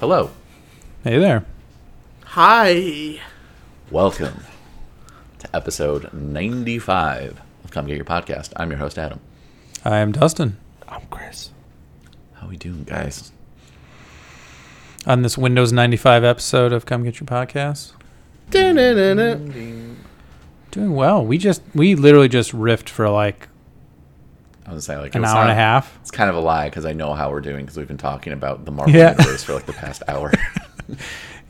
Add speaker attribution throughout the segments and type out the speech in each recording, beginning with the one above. Speaker 1: Hello.
Speaker 2: Hey there.
Speaker 3: Hi.
Speaker 1: Welcome to episode 95 of Come Get Your Podcast. I'm your host, Adam.
Speaker 2: I am Dustin.
Speaker 3: I'm Chris.
Speaker 1: How we doing, guys?
Speaker 2: On this Windows 95 episode of Come Get Your Podcast. Doing well. We just we literally just riffed for like
Speaker 1: I was gonna say like it
Speaker 2: an
Speaker 1: was
Speaker 2: hour and a
Speaker 1: not-
Speaker 2: half.
Speaker 1: It's kind of a lie because I know how we're doing because we've been talking about the Marvel
Speaker 2: Yeah.
Speaker 1: universe for like the past hour.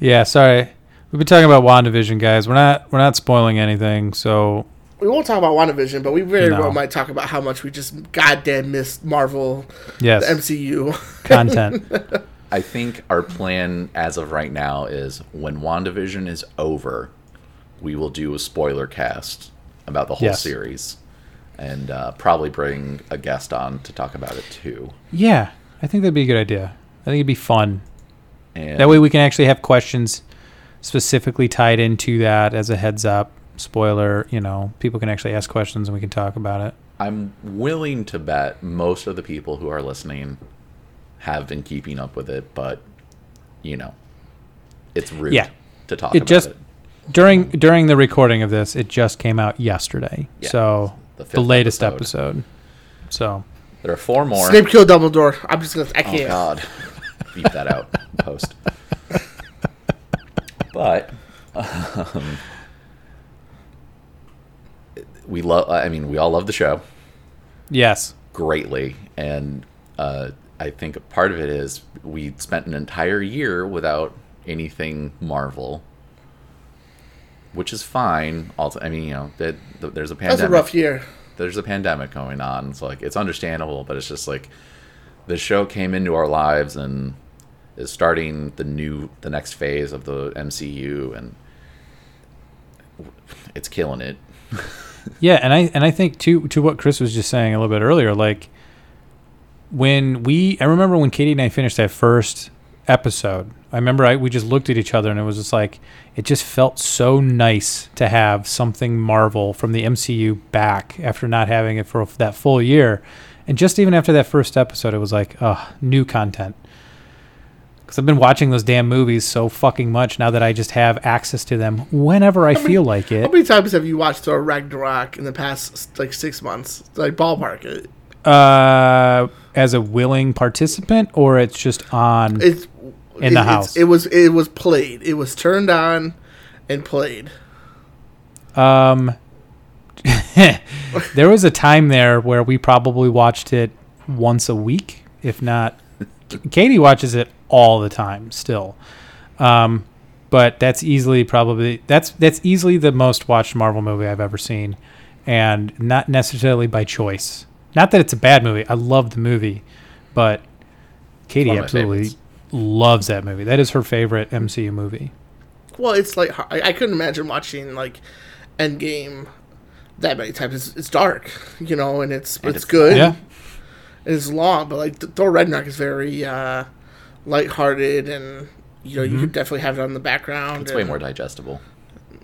Speaker 2: Yeah, sorry. We've been talking about WandaVision, guys. We're not we're not spoiling anything, so
Speaker 3: We won't talk about WandaVision, but we very
Speaker 2: No.
Speaker 3: well might talk about how much we just goddamn missed Marvel,
Speaker 2: yes.
Speaker 3: the MCU.
Speaker 2: Content.
Speaker 1: I think our plan as of right now is when WandaVision is over, we will do a spoiler cast about the whole
Speaker 2: Yes.
Speaker 1: series and uh, probably bring a guest on to talk about it too.
Speaker 2: yeah. I think that'd be a good idea. I think it'd be fun.
Speaker 1: And
Speaker 2: That way we can actually have questions specifically tied into that as a heads up. Spoiler, you know, people can actually ask questions and we can talk about it.
Speaker 1: I'm willing to bet most of the people who are listening have been keeping up with it, but you know, it's rude
Speaker 2: Yeah.
Speaker 1: to talk
Speaker 2: It
Speaker 1: about
Speaker 2: just-
Speaker 1: it.
Speaker 2: during during the recording of this, it just came out yesterday.
Speaker 1: Yeah,
Speaker 2: so
Speaker 1: the
Speaker 2: the,
Speaker 1: fifth
Speaker 2: latest
Speaker 1: episode.
Speaker 2: episode. So
Speaker 1: There are four more.
Speaker 3: Snape killed Dumbledore. I'm just gonna. I
Speaker 1: Oh
Speaker 3: can't.
Speaker 1: God, beep that out in post. but um, we love. I mean, we all love the show
Speaker 2: yes,
Speaker 1: greatly, and uh, I think a part of it is we spent an entire year without anything Marvel, which is fine. Also, I mean, you know, that th- there's a pandemic
Speaker 3: That's a rough year.
Speaker 1: there's a pandemic going on. It's like it's understandable, but it's just like the show came into our lives and is starting the new the next phase of the MCU and it's killing it.
Speaker 2: yeah, and I and I think to to what Chris was just saying a little bit earlier, like when we, I remember when Katie and I finished that first episode. I remember I, we just looked at each other and it was just like it just felt so nice to have something Marvel from the MCU back after not having it for that full year, and just even after that first episode, it was like, oh, new content. Because I've been watching those damn movies so fucking much now that I just have access to them whenever I feel like it.
Speaker 3: How many times have you watched Thor Ragnarok in the past like six months? Like ballpark it.
Speaker 2: Uh, as a willing participant, or it's just on.
Speaker 3: It's
Speaker 2: the
Speaker 3: it- it's-
Speaker 2: house.
Speaker 3: It was. It was played. It was turned on, and played.
Speaker 2: um, there was a time there where we probably watched it once a week, if not. K- Katie watches it all the time still, um, but that's easily probably that's that's easily the most watched Marvel movie I've ever seen, and not necessarily by choice. Not that it's a bad movie. I love the movie, but Katie
Speaker 1: one of my
Speaker 2: absolutely
Speaker 1: favorites.
Speaker 2: loves that movie. That is her favorite MCU movie.
Speaker 3: Well, it's like I, I couldn't imagine watching like Endgame that many times. It's, it's dark, you know, and it's it's,
Speaker 1: it's-
Speaker 3: good.
Speaker 2: Yeah.
Speaker 3: and it's long, but like Thor Ragnarok is very uh, lighthearted, and you know you could definitely have it on the background.
Speaker 1: Mm-hmm. It's
Speaker 3: and-
Speaker 1: way more digestible.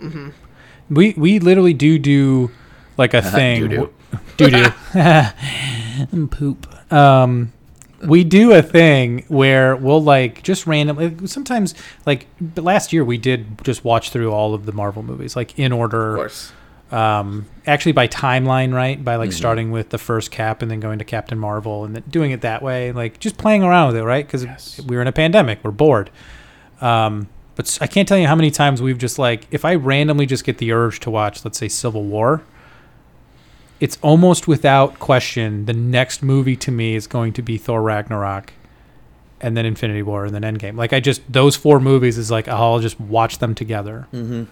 Speaker 2: We we literally do do like
Speaker 3: Uh-huh,
Speaker 2: a thing.
Speaker 1: Doo-doo.
Speaker 2: do do poop. Um, we do a thing where we'll like just randomly. Sometimes like but last year we did just watch through all of the Marvel movies like in
Speaker 3: of
Speaker 2: order.
Speaker 3: course.
Speaker 2: Um, actually by timeline, right? By
Speaker 3: Mm-hmm.
Speaker 2: like starting with the first Cap and then going to Captain Marvel and then doing it that way. Like just playing around with it, right? Because we were in a pandemic, we're bored. Um, but s- I can't tell you how many times we've just like, if I randomly just get the urge to watch, let's say, Civil War, it's almost without question the next movie to me is going to be Thor Ragnarok and then Infinity War and then Endgame. Like, I just, those four movies is like, I'll just watch them together. Mm-hmm.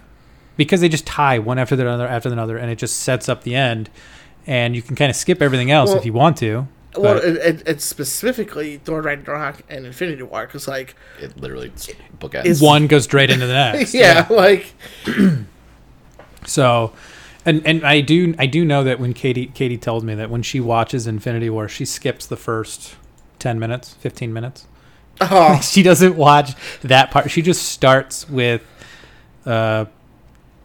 Speaker 2: Because they just tie one after the other after another, and it just sets up the end. And you can kind of skip everything else
Speaker 3: Well-
Speaker 2: if you want to.
Speaker 3: Well,
Speaker 2: but-
Speaker 3: it, it, it's specifically Thor Ragnarok and Infinity War, because like
Speaker 1: It literally s- bookends.
Speaker 3: Is-
Speaker 2: one goes straight into the next.
Speaker 3: yeah, like
Speaker 2: So, and and I do I do know that when Katie Katie tells me that when she watches Infinity War, she skips the first ten minutes, fifteen minutes.
Speaker 3: oh
Speaker 2: She doesn't watch that part. She just starts with, uh,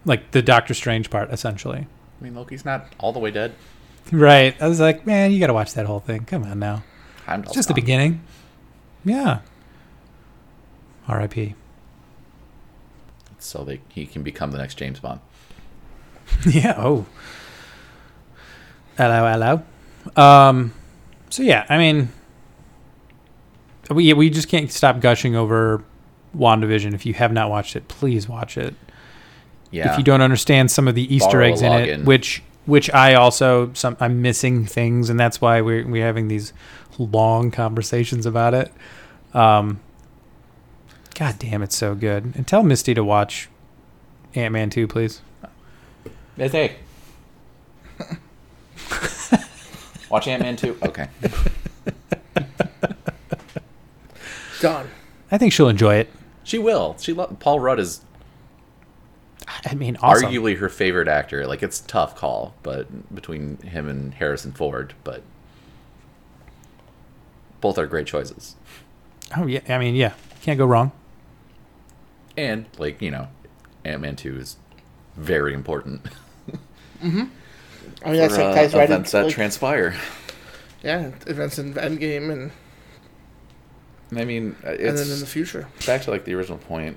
Speaker 2: like the Doctor Strange part, essentially.
Speaker 1: I mean, Loki's not all the way dead.
Speaker 2: Right. I was like, man, you got to watch that whole thing. Come on now.
Speaker 1: Heimdall's
Speaker 2: It's just the
Speaker 1: gone.
Speaker 2: beginning. Yeah. R.I.P.
Speaker 1: so they, he can become the next James Bond.
Speaker 2: yeah. Oh. Hello, hello. Um, so yeah, I mean, we we just can't stop gushing over WandaVision. If you have not watched it, please watch it.
Speaker 1: Yeah.
Speaker 2: If you don't understand some of the Easter
Speaker 1: Borrow a
Speaker 2: eggs in it,
Speaker 1: login.
Speaker 2: which which I also some I'm missing things, and that's why we're we're having these long conversations about it. Um, God damn, it's so good. And tell Misty to watch Ant Man two, please.
Speaker 1: Hey. Watch Ant Man 2. Okay.
Speaker 3: Done.
Speaker 2: I think she'll enjoy it.
Speaker 1: She will. She lo- Paul Rudd is
Speaker 2: I mean, awesome.
Speaker 1: arguably her favorite actor. Like it's a tough call, but between him and Harrison Ford, but both are great choices.
Speaker 2: Oh yeah, I mean, yeah, can't go wrong.
Speaker 1: And like you know, Ant Man two is very important.
Speaker 3: I mean, that's
Speaker 1: for,
Speaker 3: like
Speaker 1: uh,
Speaker 3: ties right
Speaker 1: events
Speaker 3: into
Speaker 1: that
Speaker 3: like,
Speaker 1: transpire.
Speaker 3: yeah events in Endgame and
Speaker 1: I mean, uh,
Speaker 3: and
Speaker 1: it's
Speaker 3: then in the future.
Speaker 1: back to like the original point.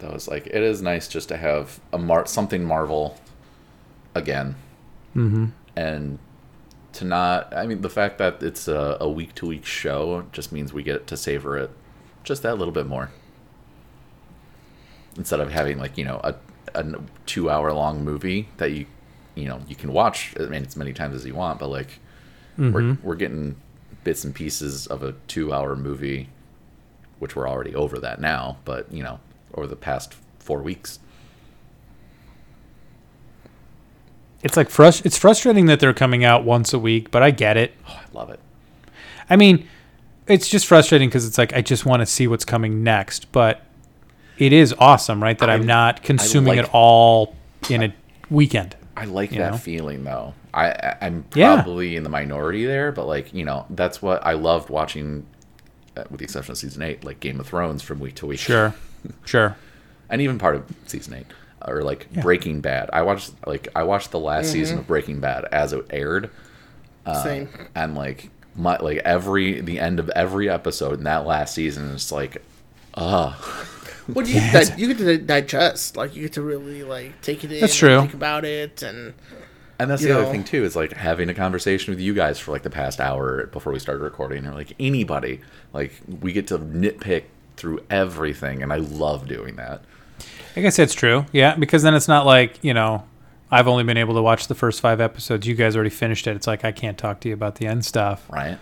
Speaker 1: That was like it is nice just to have a mar- something Marvel again.
Speaker 2: Mm-hmm.
Speaker 1: and to not i mean the fact that it's a, a week-to-week show just means we get to savor it just that little bit more instead of having like you know a, a two-hour long movie that you you know you can watch i mean as many times as you want but like we're, we're getting bits and pieces of a two-hour movie which we're already over that now but you know over the past four weeks
Speaker 2: It's like frust- It's frustrating that they're coming out once a week, but I get it.
Speaker 1: oh, i love it
Speaker 2: I mean, it's just frustrating because it's like I just want to see what's coming next. But it is awesome, right? That I,
Speaker 1: I-
Speaker 2: am not consuming
Speaker 1: like-
Speaker 2: it all in a weekend.
Speaker 1: I like
Speaker 2: You
Speaker 1: that
Speaker 2: know?
Speaker 1: feeling though. I I- I'm
Speaker 2: Yeah.
Speaker 1: probably in the minority there, but like you know, that's what I loved watching, uh, with the exception of season eight, like Game of Thrones from week to week.
Speaker 2: Sure, sure.
Speaker 1: and even part of season eight, or like Breaking Bad. I watched like I watched the last season of Breaking Bad as it aired, uh,
Speaker 3: Same.
Speaker 1: and like my like every the end of every episode in that last season is like, ugh.
Speaker 3: Well, you get that, you get to digest. Like you get to really like take it in.
Speaker 2: That's
Speaker 3: and
Speaker 2: true.
Speaker 3: Think about it and
Speaker 1: And that's
Speaker 3: You
Speaker 1: the other
Speaker 3: know.
Speaker 1: thing too is like having a conversation with you guys for like the past hour before we started recording, or like anybody. Like we get to nitpick through everything, and I love doing that.
Speaker 2: I guess that's true. Yeah, because then it's not like you know. I've only been able to watch the first five episodes. You guys already finished it. It's like I can't talk to you about the end stuff.
Speaker 1: Right?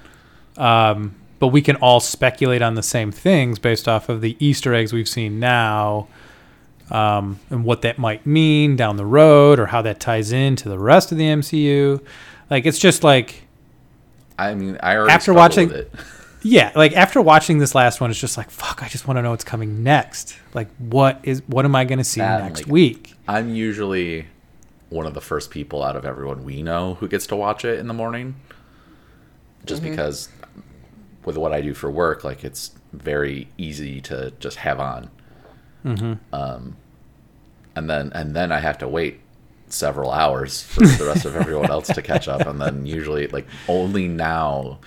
Speaker 2: but we can all speculate on the same things based off of the Easter eggs we've seen now, um, and what that might mean down the road, or how that ties into the rest of the MCU. Like it's just like
Speaker 1: I mean, I already
Speaker 2: After
Speaker 1: struggle
Speaker 2: watching-
Speaker 1: with it.
Speaker 2: yeah, like after watching this last one, it's just like fuck. I just want to know what's coming next. Like what is what am I going to see
Speaker 1: That,
Speaker 2: next
Speaker 1: like-
Speaker 2: week?
Speaker 1: I'm usually one of the first people out of everyone we know who gets to watch it in the morning. Just because with what I do for work, like it's very easy to just have on. Um, and then and then I have to wait several hours for the rest of everyone else to catch up. And then usually like only now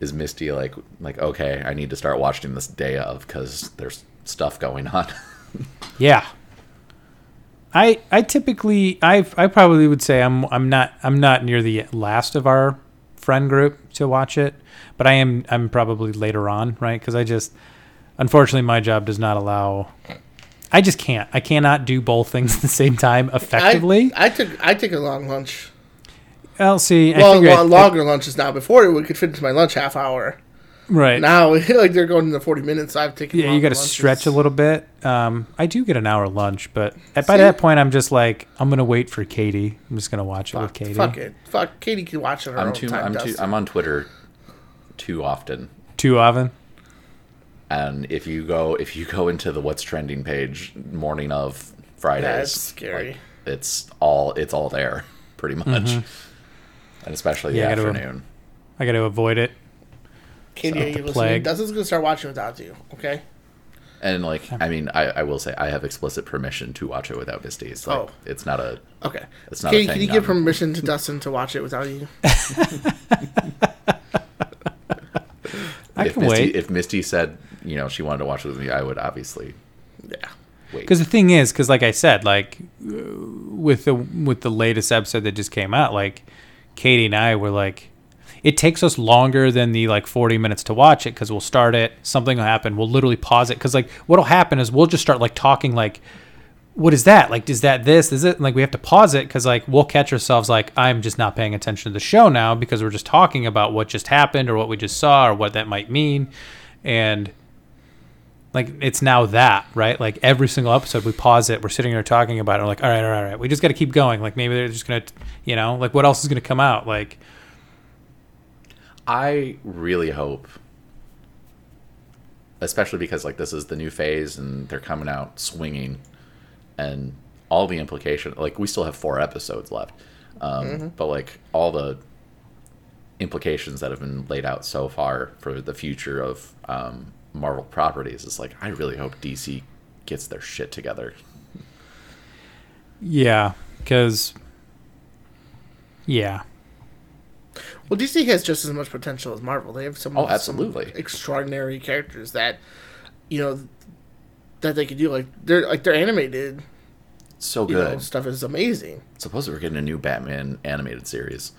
Speaker 1: is Misty like like okay, I need to start watching this day of because there's stuff going on.
Speaker 2: Yeah. I I typically I I probably would say I'm I'm not I'm not near the last of our friend group to watch it, but I am I'm probably later on, right? Cuz I just unfortunately my job does not allow I just can't. I cannot do both things at the same time effectively.
Speaker 3: I, I took I took a long lunch.
Speaker 2: I'll see. I
Speaker 3: Long,
Speaker 2: figure I-
Speaker 3: long longer lunches now. Before we could fit into my lunch half hour.
Speaker 2: right.
Speaker 3: Now like they're going into forty minutes. I've taken.
Speaker 2: yeah, you
Speaker 3: longer
Speaker 2: got to
Speaker 3: lunches.
Speaker 2: stretch a little bit. Um, I do get an hour lunch, but at, by
Speaker 3: See?
Speaker 2: that point, I'm just like, I'm gonna wait for Katie. I'm just gonna watch it with Katie.
Speaker 3: Fuck it. Fuck. Katie can watch it. on Her
Speaker 1: I'm
Speaker 3: own
Speaker 1: too
Speaker 3: time,
Speaker 1: I'm too
Speaker 3: Dustin.
Speaker 1: I'm on Twitter too often.
Speaker 2: Two oven.
Speaker 1: and if you go if you go into the what's trending page morning of fridays
Speaker 3: Yeah, it's scary.
Speaker 1: like, it's all it's all there pretty much and especially the
Speaker 2: Mm-hmm. Yeah, I gotta-
Speaker 1: afternoon
Speaker 2: I got to avoid it.
Speaker 3: Katie, are you listening?
Speaker 2: plague.
Speaker 3: Dustin's gonna start watching without you. Okay.
Speaker 1: and like i mean I, I will say i have explicit permission to watch it without misty it's like
Speaker 3: Oh.
Speaker 1: it's not a
Speaker 3: Okay.
Speaker 1: It's not a
Speaker 3: Katie,
Speaker 1: thing,
Speaker 3: can you give
Speaker 1: Dom.
Speaker 3: permission to Dustin to watch it without you?
Speaker 2: I I
Speaker 1: if
Speaker 2: can
Speaker 1: Misty,
Speaker 2: wait.
Speaker 1: if Misty said you know she wanted to watch it with me, I would obviously
Speaker 3: Yeah.
Speaker 1: wait.
Speaker 2: Because the thing is, because like I said, like uh, with the with the latest episode that just came out, like Katie and I were like, it takes us longer than the like forty minutes to watch it because we'll start it, something will happen, we'll literally pause it because like what'll happen is we'll just start like talking like, what is that? Like, is that this? Is it? And, like we have to pause it because like we'll catch ourselves like I'm just not paying attention to the show now because we're just talking about what just happened or what we just saw or what that might mean, and like it's now that right like every single episode we pause it we're sitting there talking about it we're like all right all right all right we just got to keep going like maybe they're just gonna you know like what else is gonna come out like
Speaker 1: I really hope, especially because like this is the new phase and they're coming out swinging, and all the implication. Like we still have four episodes left, um,
Speaker 3: Mm-hmm.
Speaker 1: but like all the implications that have been laid out so far for the future of um, Marvel properties is like I really hope DC gets their shit together.
Speaker 2: yeah because yeah
Speaker 3: Well, DC has just as much potential as Marvel. They have some
Speaker 1: Oh,
Speaker 3: some
Speaker 1: absolutely.
Speaker 3: extraordinary characters that you know that they could do. Like they're like their animated
Speaker 1: So
Speaker 3: you
Speaker 1: good.
Speaker 3: know stuff is amazing.
Speaker 1: Supposedly we're getting a new Batman animated series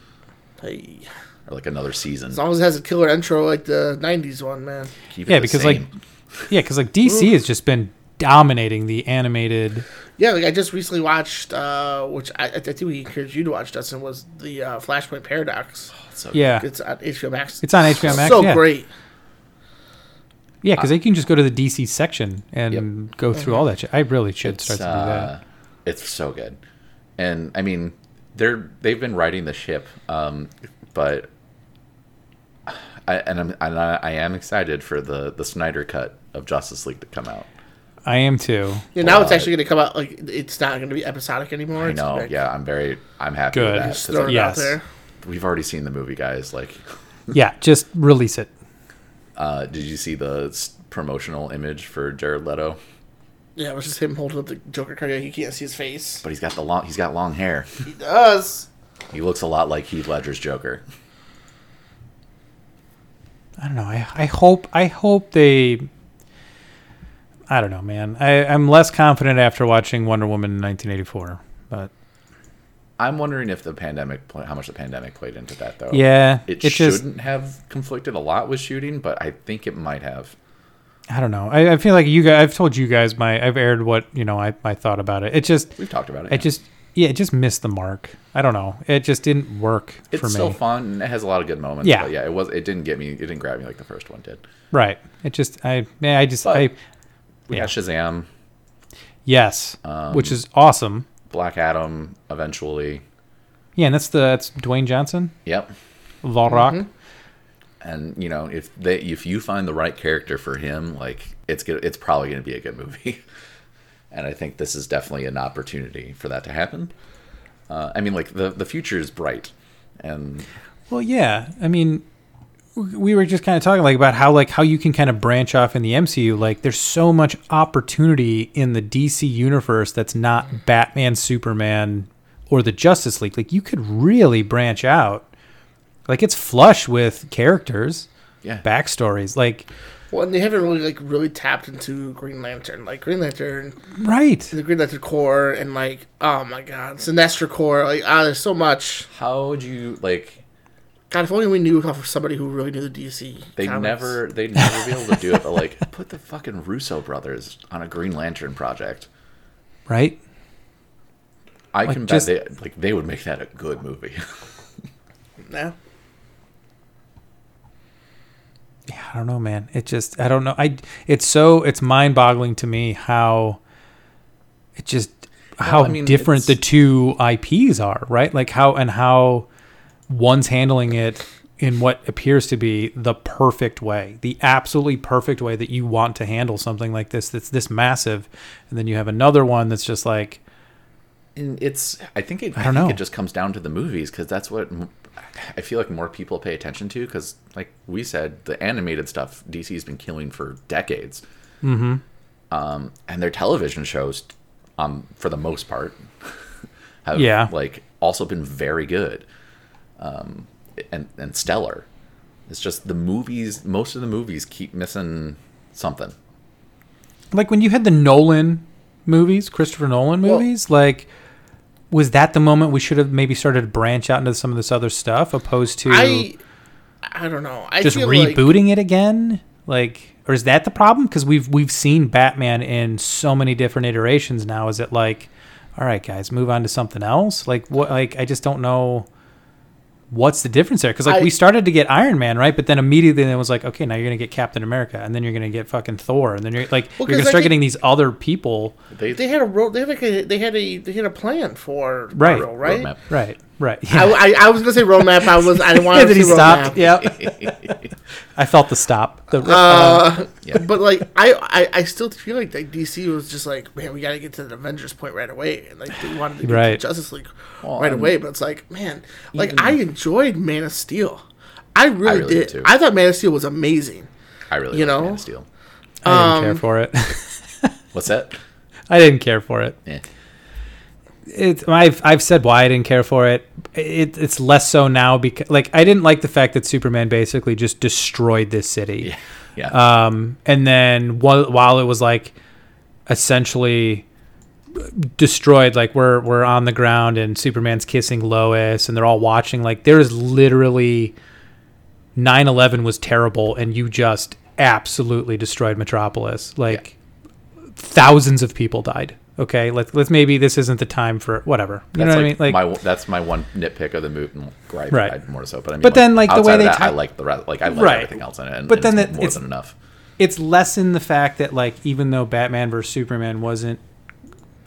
Speaker 3: Hey,
Speaker 1: or like another season.
Speaker 3: as long as it has a killer intro like the '90s one, man.
Speaker 1: Keep
Speaker 2: Yeah,
Speaker 1: the
Speaker 2: because, like,
Speaker 1: same.
Speaker 2: yeah because like dc has just been dominating the animated
Speaker 3: Yeah, like I just recently watched, uh, which I, I think we encourage you to watch, Dustin, was the uh, Flashpoint Paradox.
Speaker 1: So
Speaker 2: yeah
Speaker 3: It's on HBO Max.
Speaker 2: it's on hbo max
Speaker 3: so
Speaker 2: yeah
Speaker 3: great.
Speaker 2: yeah because they can just go to the dc section and go through all that shit i really should start to do that
Speaker 1: uh, It's so good, and I mean, they're they've been riding the ship, um, but I, and I'm and I, I am excited for the the Snyder cut of Justice League to come out.
Speaker 2: i am too
Speaker 3: Yeah, now it's
Speaker 1: Uh,
Speaker 3: actually going to come out. Like it's not going to be episodic anymore.
Speaker 1: I know, yeah, I'm very I'm happy
Speaker 2: Good.
Speaker 1: with that
Speaker 3: Just
Speaker 1: 'cause
Speaker 3: throwing it
Speaker 2: Yes.
Speaker 3: out there.
Speaker 1: we've already seen the movie, guys. Like,
Speaker 2: yeah just release it
Speaker 1: uh, did you see the s- promotional image for Jared Leto?
Speaker 3: Yeah, it was just him holding up the Joker card. Yeah, he can't see his face.
Speaker 1: But he's got the long he's got long hair.
Speaker 3: He does.
Speaker 1: he looks a lot like Heath Ledger's Joker.
Speaker 2: I don't know. I, I hope I hope they. I don't know, man. I, I'm less confident after watching Wonder Woman in 1984, but
Speaker 1: I'm wondering if the pandemic pl- how much the pandemic played into that though.
Speaker 2: yeah,
Speaker 1: Oh, it,
Speaker 2: it,
Speaker 1: shouldn't
Speaker 2: just
Speaker 1: have conflicted a lot with shooting, but I think it might have.
Speaker 2: I don't know. I, I feel like you guys. I've told you guys my I've aired what you know I my thought about it. It just
Speaker 1: We've talked about it.
Speaker 2: it just yeah it just missed the mark. I don't know. It just didn't work
Speaker 1: it's
Speaker 2: for me.
Speaker 1: still fun. And it has a lot of good moments.
Speaker 2: Yeah.
Speaker 1: but yeah. It was. It didn't get me. It didn't grab me like the first one did.
Speaker 2: Right. It just I yeah, I just
Speaker 1: But-
Speaker 2: I
Speaker 1: We
Speaker 2: Yeah.
Speaker 1: got Shazam,
Speaker 2: yes,
Speaker 1: Um,
Speaker 2: which is awesome.
Speaker 1: Black Adam, eventually.
Speaker 2: Yeah, and that's the that's Dwayne Johnson,
Speaker 1: Yep.
Speaker 2: Law
Speaker 1: Mm-hmm.
Speaker 2: Rock.
Speaker 1: And you know, if they if you find the right character for him, like it's gonna it's probably gonna be a good movie. and I think this is definitely an opportunity for that to happen. Uh, I mean, like the the future is bright, and
Speaker 2: Well, yeah. I mean, w- we were just kind of talking like about how like how you can kind of branch off in the MCU. Like, there's so much opportunity in the DC universe that's not Batman, Superman, or the Justice League. Like, you could really branch out. Like, it's flush with characters,
Speaker 1: yeah,
Speaker 2: backstories. Like,
Speaker 3: Well, and they haven't really like really tapped into Green Lantern. Like Green Lantern,
Speaker 2: right?
Speaker 3: the Green Lantern core, and like oh my god, Sinestro core. Like ah, there's so much.
Speaker 1: how would you like?
Speaker 3: God, if only we knew of somebody who really knew the DC.
Speaker 1: They
Speaker 3: comics.
Speaker 1: never, they'd never be able to do it. But like, put the fucking Russo brothers on a Green Lantern project.
Speaker 2: Right?
Speaker 1: I can bet
Speaker 2: just-
Speaker 1: they like they would make that a good movie.
Speaker 3: Yeah.
Speaker 2: I don't know, man. It just I don't know. I it's so it's mind boggling to me how it just how
Speaker 1: I mean,
Speaker 2: different the
Speaker 1: it's-
Speaker 2: two IPs are, right? Like how and how one's handling it in what appears to be the perfect way, the absolutely perfect way that you want to handle something like this that's this massive, and then you have another one that's just like
Speaker 1: and it's, I think it, I,
Speaker 2: don't
Speaker 1: think
Speaker 2: know.
Speaker 1: it just comes down to the movies because that's what m- I feel like more people pay attention to. Because like we said, the animated stuff DC's been killing for decades, mm-hmm. um, and their television shows, um, for the most part, have
Speaker 2: Yeah.
Speaker 1: like also been very good, um, and and stellar. It's just the movies. Most of the movies keep missing something.
Speaker 2: Like when you had the Nolan movies, Christopher Nolan
Speaker 3: Well-
Speaker 2: movies, like was that the moment we should have maybe started to branch out into some of this other stuff opposed to
Speaker 3: I I don't know. I
Speaker 2: just
Speaker 3: feel like-
Speaker 2: rebooting it again? Like, or is that the problem? Because we've we've seen Batman in so many different iterations now. Is it like, all right, guys, move on to something else? Like what? Like I just don't know. What's the difference there? Because like
Speaker 3: I-
Speaker 2: we started to get Iron Man right, but then immediately it was like, okay, now you're gonna get Captain America, and then you're gonna get fucking Thor, and then you're like,
Speaker 3: Well,
Speaker 2: you're
Speaker 3: 'cause
Speaker 2: gonna
Speaker 3: I
Speaker 2: start
Speaker 3: think-
Speaker 2: getting these other people.
Speaker 1: They,
Speaker 3: they had a road. They had like a, they had a they had a plan for
Speaker 2: Right.
Speaker 3: Marvel, right?
Speaker 1: Roadmap.
Speaker 2: Right, right.
Speaker 3: I, I, I was gonna say roadmap. I was I didn't want to
Speaker 2: Did
Speaker 3: say
Speaker 2: he
Speaker 3: roadmap.
Speaker 2: stop? Yeah, I felt the stop. The,
Speaker 3: Uh,
Speaker 1: Yeah.
Speaker 3: But like I, I, I still feel like like DC was just like man we gotta get to the Avengers point right away and like they wanted to get
Speaker 2: Right.
Speaker 3: to Justice League
Speaker 1: Well,
Speaker 3: right
Speaker 1: and-
Speaker 3: away but it's like man like I enjoyed Man of Steel I really,
Speaker 1: really
Speaker 3: did
Speaker 1: did, too.
Speaker 3: I thought Man of Steel was amazing Um,
Speaker 1: I really
Speaker 3: You
Speaker 1: like
Speaker 3: know?
Speaker 1: Man of Steel.
Speaker 2: I didn't care for it.
Speaker 1: What's that?
Speaker 2: I didn't care for it.
Speaker 1: Eh.
Speaker 2: it, I've I've said why I didn't care for it. it. It's less so now because like I didn't like the fact that Superman basically just destroyed this city.
Speaker 1: Yeah. Yeah.
Speaker 2: Um, and then while while it was like essentially destroyed, like we're we're on the ground and Superman's kissing Lois and they're all watching. Like there is literally 9/11 was terrible and you just absolutely destroyed Metropolis. Like thousands of people died. Okay, let's let's maybe this isn't the time for whatever. You know
Speaker 1: that's
Speaker 2: what
Speaker 1: like
Speaker 2: I mean? Like
Speaker 1: my that's my one nitpick of the movie. mm, Gripe,
Speaker 2: Right.
Speaker 1: right. More so, but I mean,
Speaker 2: But then, like, the
Speaker 1: outside
Speaker 2: way
Speaker 1: of
Speaker 2: they
Speaker 1: that, I
Speaker 2: ti-
Speaker 1: like the rest. Like I like
Speaker 2: Right.
Speaker 1: everything else in it. And,
Speaker 2: But
Speaker 1: and
Speaker 2: then
Speaker 1: it's
Speaker 2: that-
Speaker 1: more
Speaker 2: it's-
Speaker 1: than enough.
Speaker 2: it's less in the fact that like even though Batman versus Superman wasn't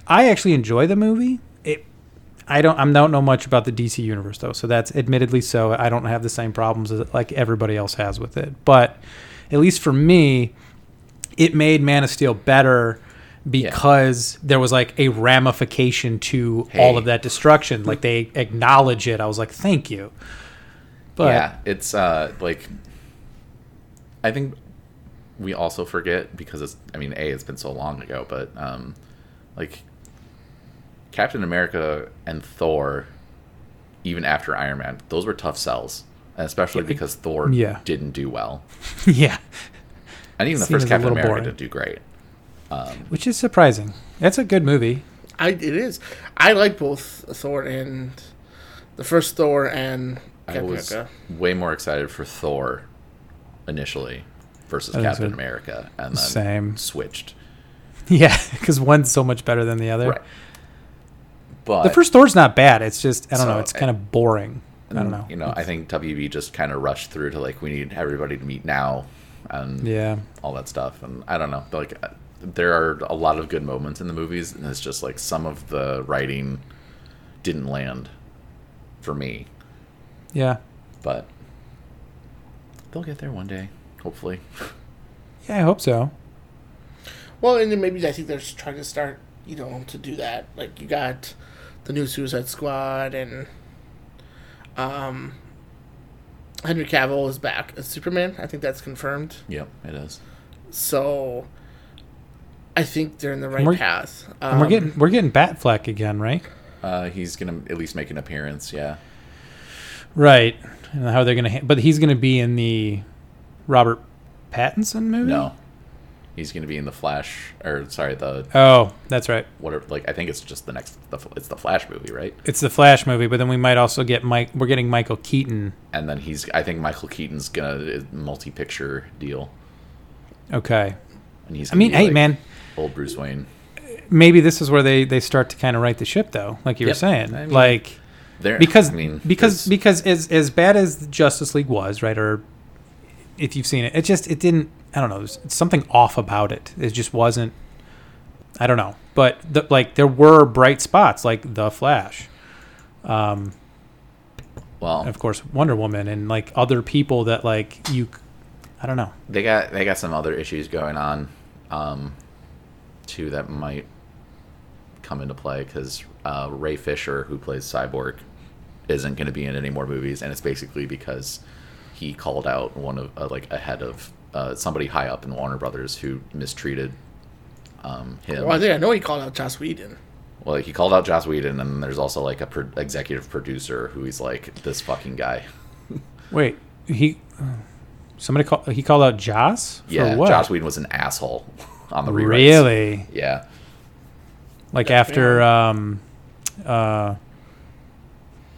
Speaker 2: I actually enjoy the movie. It I don't I don't know much about the DC universe though, so that's admittedly so I don't have the same problems as like everybody else has with it. But at least for me, it made Man of Steel better because there was like a ramification to all of
Speaker 1: Hey.
Speaker 2: that destruction. Like they acknowledge it. I was like, thank you. But
Speaker 1: yeah, it's uh like I think we also forget because it's I mean, A, it's been so long ago, but um like Captain America and Thor, even after Iron Man, those were tough sells. And especially because Thor
Speaker 2: yeah.
Speaker 1: didn't do well.
Speaker 2: yeah.
Speaker 1: And even the
Speaker 2: Seemed
Speaker 1: first
Speaker 2: a
Speaker 1: Captain
Speaker 2: little
Speaker 1: America
Speaker 2: boring.
Speaker 1: didn't do great. Um,
Speaker 2: Which is surprising. That's a good movie.
Speaker 3: I it is I like both Thor and the first Thor and
Speaker 1: I
Speaker 3: Captain
Speaker 1: was
Speaker 3: America.
Speaker 1: way more excited for Thor initially versus
Speaker 2: think
Speaker 1: Captain
Speaker 2: so.
Speaker 1: America and then
Speaker 2: Same.
Speaker 1: switched.
Speaker 2: Yeah, because one's so much better than the other.
Speaker 1: Right. But
Speaker 2: The first Thor's not bad. It's just I don't know.
Speaker 1: So,
Speaker 2: It's kind of boring. I don't know.
Speaker 1: You know, I think WB just kind of rushed through to like we need everybody to meet now and
Speaker 2: yeah,
Speaker 1: all that stuff. And I don't know, like uh, there are a lot of good moments in the movies, and it's just like some of the writing didn't land for me,
Speaker 2: yeah,
Speaker 1: but they'll get there one day, hopefully.
Speaker 2: yeah. I hope so.
Speaker 3: Well, and then maybe I think they're just trying to start, you know, to do that. Like you got the new Suicide Squad and um Henry Cavill is back as Superman. I think that's confirmed.
Speaker 1: Yep, it is.
Speaker 3: So I think they're in the right
Speaker 2: we're-
Speaker 3: path. Um,
Speaker 2: And we're getting we're getting Batfleck again, right?
Speaker 1: Uh, he's gonna at least make an appearance. Yeah,
Speaker 2: Right. And how they're gonna? Ha- but he's gonna be in the Robert Pattinson movie.
Speaker 1: no, he's gonna be in the Flash, or sorry, the
Speaker 2: Oh, that's right.
Speaker 1: whatever. Like I think it's just the next. The, it's the Flash movie, right?
Speaker 2: It's the Flash movie, but then we might also get Mike. We're getting Michael Keaton.
Speaker 1: and then he's I think Michael Keaton's gonna multi picture deal,
Speaker 2: Okay.
Speaker 1: and he's.
Speaker 2: I mean,
Speaker 1: gonna be,
Speaker 2: hey,
Speaker 1: like,
Speaker 2: man.
Speaker 1: old Bruce Wayne.
Speaker 2: Maybe this is where they they start to kind of right the ship, though. Like you
Speaker 1: Yep.
Speaker 2: were saying,
Speaker 1: I mean-
Speaker 2: like.
Speaker 1: There,
Speaker 2: because
Speaker 1: I mean,
Speaker 2: because
Speaker 1: there's-
Speaker 2: because as as bad as Justice League was, right? Or if you've seen it, it just it didn't. I don't know. There's something off about it. It just wasn't. I don't know. But the, like there were bright spots, like the Flash,
Speaker 1: well,
Speaker 2: and of course Wonder Woman, and like other people that like you. I don't know.
Speaker 1: they got they got some other issues going on, um, too that might come into play because uh, Ray Fisher, who plays Cyborg, isn't going to be in any more movies, and it's basically because he called out one of uh, like a head of uh, somebody high up in Warner Brothers who mistreated um, him.
Speaker 3: well, I think I know he called out Joss Whedon.
Speaker 1: Well, like, he called out Joss Whedon, and there's also like a pro- executive producer who he's like this fucking guy.
Speaker 2: Wait, he. Somebody call, he called out Joss for
Speaker 1: Yeah,
Speaker 2: what?
Speaker 1: Josh Whedon was an asshole on the rewrites.
Speaker 2: really?
Speaker 1: Yeah.
Speaker 2: Like after um, uh,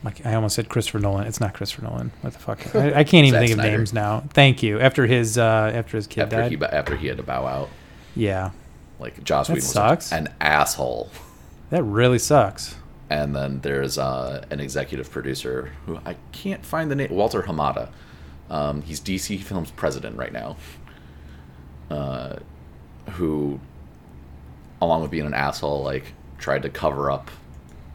Speaker 2: like I almost said Christopher Nolan. It's not Christopher Nolan. What the fuck? I, I can't even
Speaker 1: Zack
Speaker 2: think of
Speaker 1: Snyder.
Speaker 2: names now. Thank you. After his uh, after his kid
Speaker 1: After
Speaker 2: died.
Speaker 1: he bo- after he had to bow out,
Speaker 2: yeah,
Speaker 1: like Josh
Speaker 2: That
Speaker 1: Whedon was
Speaker 2: sucks.
Speaker 1: an asshole.
Speaker 2: that really sucks.
Speaker 1: And then there's uh, an executive producer who I can't find the name, Walter Hamada. Um, he's DC Films president right now. Uh, who, along with being an asshole, like tried to cover up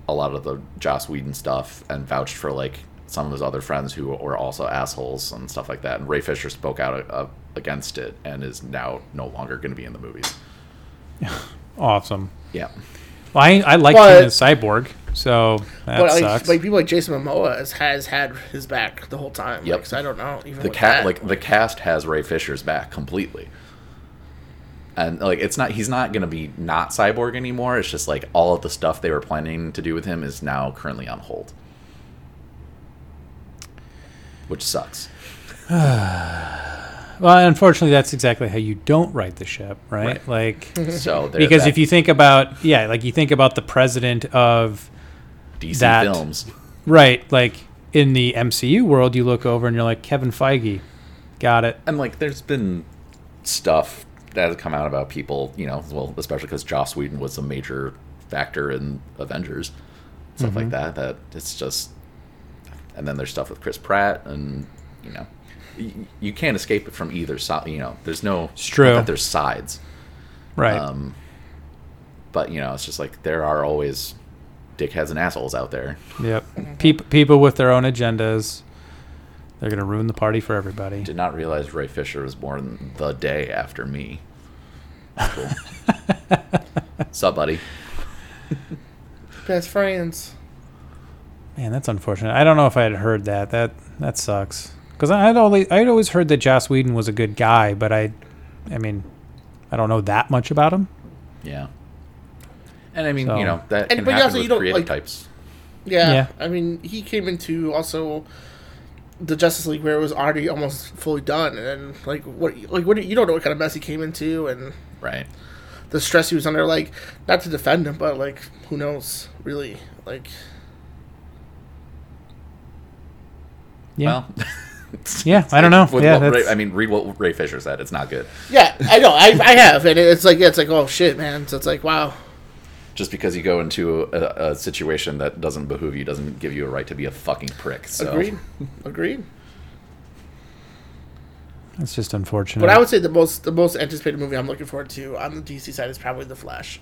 Speaker 1: a lot of the Joss Whedon stuff and vouched for like some of his other friends who were also assholes and stuff like that. And Ray Fisher spoke out uh, against it and is now no longer going to be in the movies.
Speaker 2: Awesome.
Speaker 1: Yeah.
Speaker 2: Well, I, I liked
Speaker 3: But-
Speaker 2: him as Cyborg, so that
Speaker 3: but like,
Speaker 2: sucks.
Speaker 3: like people like Jason Momoa has, has had his back the whole time.
Speaker 1: Yep.
Speaker 3: Like, so I don't know. Even
Speaker 1: the
Speaker 3: with
Speaker 1: cat
Speaker 3: that.
Speaker 1: like the cast has Ray Fisher's back completely. And like it's not he's not gonna be not cyborg anymore. It's just like all of the stuff they were planning to do with him is now currently on hold. Which sucks.
Speaker 2: well, unfortunately, that's exactly how you don't write the ship, right?
Speaker 1: Right.
Speaker 2: Like
Speaker 1: So there-
Speaker 2: because
Speaker 1: that
Speaker 2: if you think about yeah, like you think about the president of
Speaker 1: DC
Speaker 2: that-
Speaker 1: films
Speaker 2: right, like in the MCU world, you look over and you're like Kevin Feige, got it.
Speaker 1: and like there's been stuff that has come out about people, you know, well, especially because Joss Whedon was a major factor in Avengers, stuff like that.
Speaker 2: Mm-hmm.
Speaker 1: That it's just, and then there's stuff with Chris Pratt, and you know, you, you can't escape it from either side. You know, there's no
Speaker 2: It's true.
Speaker 1: That there's sides,
Speaker 2: Right.
Speaker 1: um, but you know, it's just like there are always dickheads and assholes out there.
Speaker 2: yep. People people with their own agendas. They're gonna ruin the party for everybody.
Speaker 1: Did not realize Ray Fisher was born the day after me. Cool. Sup, buddy?
Speaker 3: best friends.
Speaker 2: Man, that's unfortunate. I don't know if I had heard that. That that sucks. Because I'd always I'd always heard that Joss Whedon was a good guy, but I, I mean, I don't know that much about him.
Speaker 1: Yeah. And I mean,
Speaker 2: So-
Speaker 1: you know, that
Speaker 3: And-
Speaker 1: can
Speaker 3: but
Speaker 1: happen
Speaker 3: also
Speaker 1: with
Speaker 3: you don't,
Speaker 1: creative
Speaker 3: like-
Speaker 1: types.
Speaker 3: Yeah,
Speaker 2: Yeah.
Speaker 3: I mean, he came into also the Justice League where it was already almost fully done, and then, like what, like what do- you don't know what kind of mess he came into, and
Speaker 1: Right.
Speaker 3: the stress he was under. Like not to defend him, but like who knows, really? Like
Speaker 2: Yeah.
Speaker 1: Well,
Speaker 2: yeah, I don't know.
Speaker 1: with
Speaker 2: yeah,
Speaker 1: what Ray,
Speaker 2: that's,
Speaker 1: I mean, read what Ray Fisher said. It's not good.
Speaker 3: yeah, I know, I, I have, and it's like yeah, it's like oh shit, man. So it's like wow,
Speaker 1: Just because you go into a, a situation that doesn't behoove you doesn't give you a right to be a fucking prick. So
Speaker 3: agreed, agreed.
Speaker 2: that's just unfortunate.
Speaker 3: But I would say the most the most anticipated movie I'm looking forward to on the DC side is probably The Flash,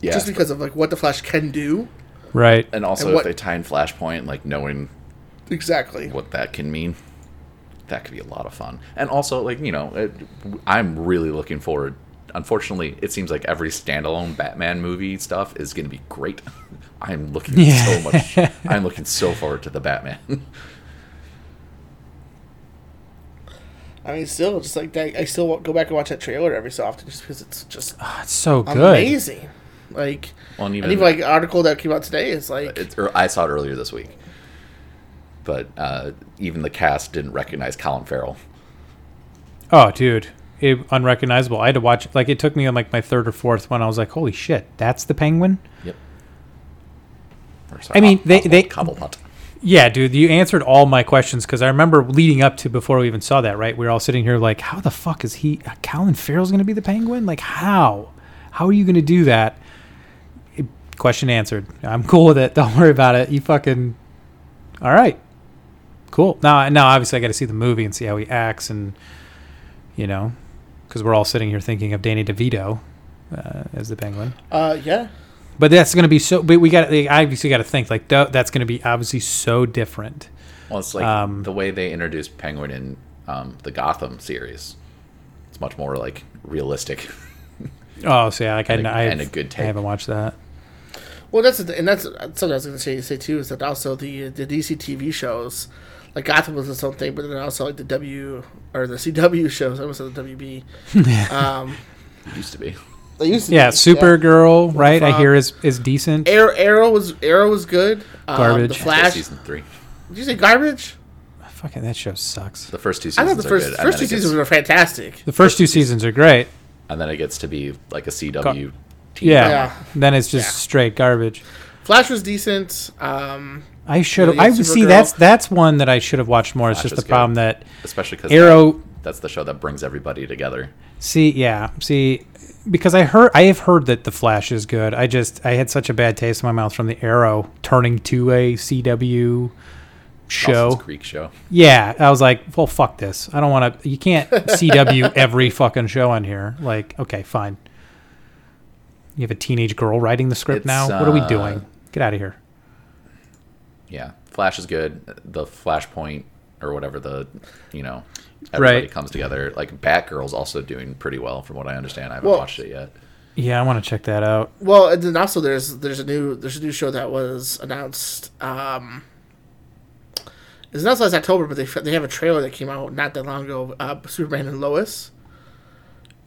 Speaker 1: yeah.
Speaker 3: just because of like what The Flash can do.
Speaker 2: right.
Speaker 1: and also,
Speaker 3: And what-
Speaker 1: if they tie in Flashpoint, like knowing
Speaker 3: Exactly.
Speaker 1: what that can mean, that could be a lot of fun. And also, like you know, it, I'm really looking forward. Unfortunately, it seems like every standalone Batman movie stuff is going to be great. I'm looking so
Speaker 2: Yeah.
Speaker 1: much. I'm looking so forward to the Batman.
Speaker 3: I mean, still, just like that, I still go back and watch that trailer every so often just because it's just
Speaker 2: That's so good.
Speaker 3: amazing. Like,
Speaker 1: Well, and even,
Speaker 3: and even like an article that came out today is like,
Speaker 1: it's, or I saw it earlier this week, but uh, even the cast didn't recognize Colin Farrell.
Speaker 2: Oh, dude, it, unrecognizable. I had to watch. Like it took me on like my third or fourth one. I was like, holy shit, that's the Penguin.
Speaker 1: Yep. Or sorry,
Speaker 2: I mean,
Speaker 1: Hop-
Speaker 2: they-
Speaker 1: Hobble-
Speaker 2: they-
Speaker 1: Cobblepot.
Speaker 2: Yeah, dude, you answered all my questions because I remember leading up to before we even saw that. Right, we were all sitting here like, how the fuck is he? Colin Farrell's going to be the Penguin? Like, how? How are you going to do that? It- question answered. I'm cool with it. Don't worry about it. You fucking. All right. Cool. Now, now, obviously, I got to see the movie and see how he acts, and you know, because we're all sitting here thinking of Danny DeVito uh, as the Penguin.
Speaker 3: uh, yeah,
Speaker 2: But that's going to be so. But we got. I obviously got to think like tho- that's going to be obviously so different.
Speaker 1: Well, it's like
Speaker 2: Um,
Speaker 1: the way they introduced Penguin in um, the Gotham series. It's much more like realistic.
Speaker 2: Oh, so yeah, like I,
Speaker 1: And a-
Speaker 2: I,
Speaker 1: and a good
Speaker 2: I
Speaker 1: take.
Speaker 2: haven't watched that.
Speaker 3: Well, that's the, and that's something I was going to say, say too is that also the the DC TV shows, like Gotham was its own thing, but then also like the W or the CW shows. I almost said the WB. um,
Speaker 1: it used to be.
Speaker 3: they used to
Speaker 2: Yeah,
Speaker 3: be-
Speaker 2: Supergirl, right? I
Speaker 3: Fox.
Speaker 2: hear is is decent.
Speaker 3: Arrow, Arrow was Arrow was good. Um,
Speaker 2: Garbage.
Speaker 3: The Flash.
Speaker 1: season three.
Speaker 3: Did you say garbage?
Speaker 2: Fucking that show sucks.
Speaker 1: The first two
Speaker 3: I
Speaker 1: seasons
Speaker 3: thought the first
Speaker 1: are good. and
Speaker 3: first
Speaker 1: then
Speaker 3: two
Speaker 1: it gets-
Speaker 3: seasons were fantastic.
Speaker 2: The first two seasons are great.
Speaker 1: and then it gets to be like a CW team.
Speaker 2: Yeah.
Speaker 3: Yeah.
Speaker 2: Then it's just
Speaker 3: Yeah.
Speaker 2: straight garbage.
Speaker 3: Flash was decent. Um,
Speaker 2: I should have.
Speaker 3: Yeah,
Speaker 2: I
Speaker 3: yeah,
Speaker 2: see.
Speaker 3: Supergirl.
Speaker 2: That's that's one that I should have watched more. It's
Speaker 1: Flash
Speaker 2: just
Speaker 1: is good.
Speaker 2: the problem that
Speaker 1: especially because
Speaker 2: Arrow.
Speaker 1: that's the show that brings everybody together.
Speaker 2: See, yeah, see, because I heard I have heard that the Flash is good. I just I had such a bad taste in my mouth from the Arrow turning to a CW show.
Speaker 1: Dawson's Creek show.
Speaker 2: Yeah, I was like, well, fuck this. I don't want to. You can't CW every fucking show on here. Like, okay, fine. You have a teenage girl writing the script
Speaker 1: It's,
Speaker 2: now. what are we
Speaker 1: uh,
Speaker 2: doing? Get out of here.
Speaker 1: Yeah, Flash is good. The Flashpoint or whatever the you know everybody
Speaker 2: Right.
Speaker 1: comes together. Like Batgirl's also doing pretty well from what I understand. I haven't
Speaker 3: Well-
Speaker 1: watched it yet.
Speaker 2: Yeah, I want to check that out.
Speaker 3: well, and then also there's there's a new there's a new show that was announced. Um, it's announced last October, but they they have a trailer that came out not that long ago. Uh, Superman and Lois,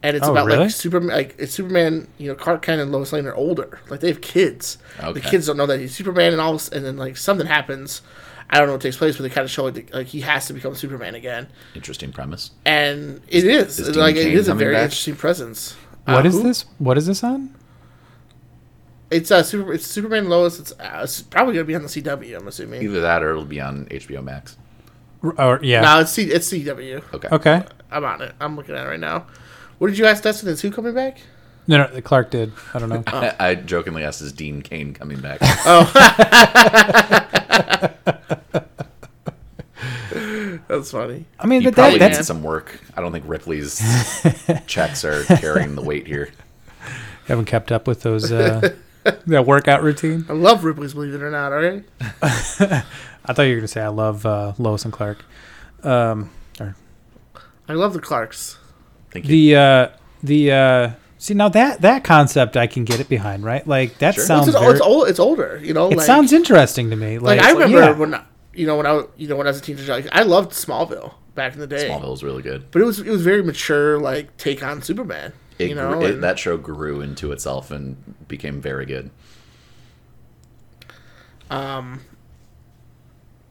Speaker 3: and it's
Speaker 2: Oh,
Speaker 3: about
Speaker 2: really?
Speaker 3: like Superman like it's Superman. You know, Clark Kent and Lois Lane are older. Like they have kids.
Speaker 1: Okay.
Speaker 3: The kids don't know that he's Superman, and all of a s- and then like something happens. I don't know what takes place, but they kind of show like, like he has to become Superman again.
Speaker 1: Interesting premise.
Speaker 3: and it is,
Speaker 1: is
Speaker 3: It's
Speaker 1: Dean
Speaker 3: like
Speaker 1: Cain
Speaker 3: it is a
Speaker 1: coming
Speaker 3: very
Speaker 1: back?
Speaker 3: interesting presence. Uh,
Speaker 2: What is
Speaker 3: who-
Speaker 2: this? What is this on?
Speaker 3: It's uh, super. It's Superman and Lois. It's, uh, it's probably gonna be on the CW. I'm assuming.
Speaker 1: Either that or it'll be on HBO Max.
Speaker 2: R- Or yeah.
Speaker 3: No, it's C- it's CW.
Speaker 1: Okay.
Speaker 2: Okay.
Speaker 3: I'm on it. I'm looking at it right now. What did you ask, Dustin? Is who coming back?
Speaker 2: No, no, Clark did. I don't know.
Speaker 3: Oh.
Speaker 1: I jokingly asked, "Is Dean Kane coming back?"
Speaker 3: That's funny.
Speaker 2: I mean,
Speaker 1: he
Speaker 2: but that,
Speaker 1: probably
Speaker 2: that's
Speaker 1: needs some work. I don't think Ripley's checks are carrying the weight here.
Speaker 2: haven't kept up with those uh, that workout routine.
Speaker 3: I love Ripley's Believe It or Not. All right.
Speaker 2: I thought you were gonna say I love uh, Lois and Clark. Um, or
Speaker 3: I love the Clarks.
Speaker 1: Thank you.
Speaker 2: the uh, the uh, see now that that concept I can get it behind, right? Like that
Speaker 1: Sure.
Speaker 3: Well,
Speaker 2: sounds
Speaker 3: it's, an-
Speaker 2: very,
Speaker 3: it's old. It's older. You know.
Speaker 2: it
Speaker 3: like,
Speaker 2: sounds interesting to me. Like,
Speaker 3: like I remember
Speaker 2: yeah.
Speaker 3: when I- you know when I you know when I was a teenager. Like, I loved Smallville back in the day.
Speaker 1: Smallville's really good.
Speaker 3: But it was it was very mature like take on Superman.
Speaker 1: It,
Speaker 3: you know
Speaker 1: grew- it-
Speaker 3: and-
Speaker 1: that show grew into itself and became very good.
Speaker 3: um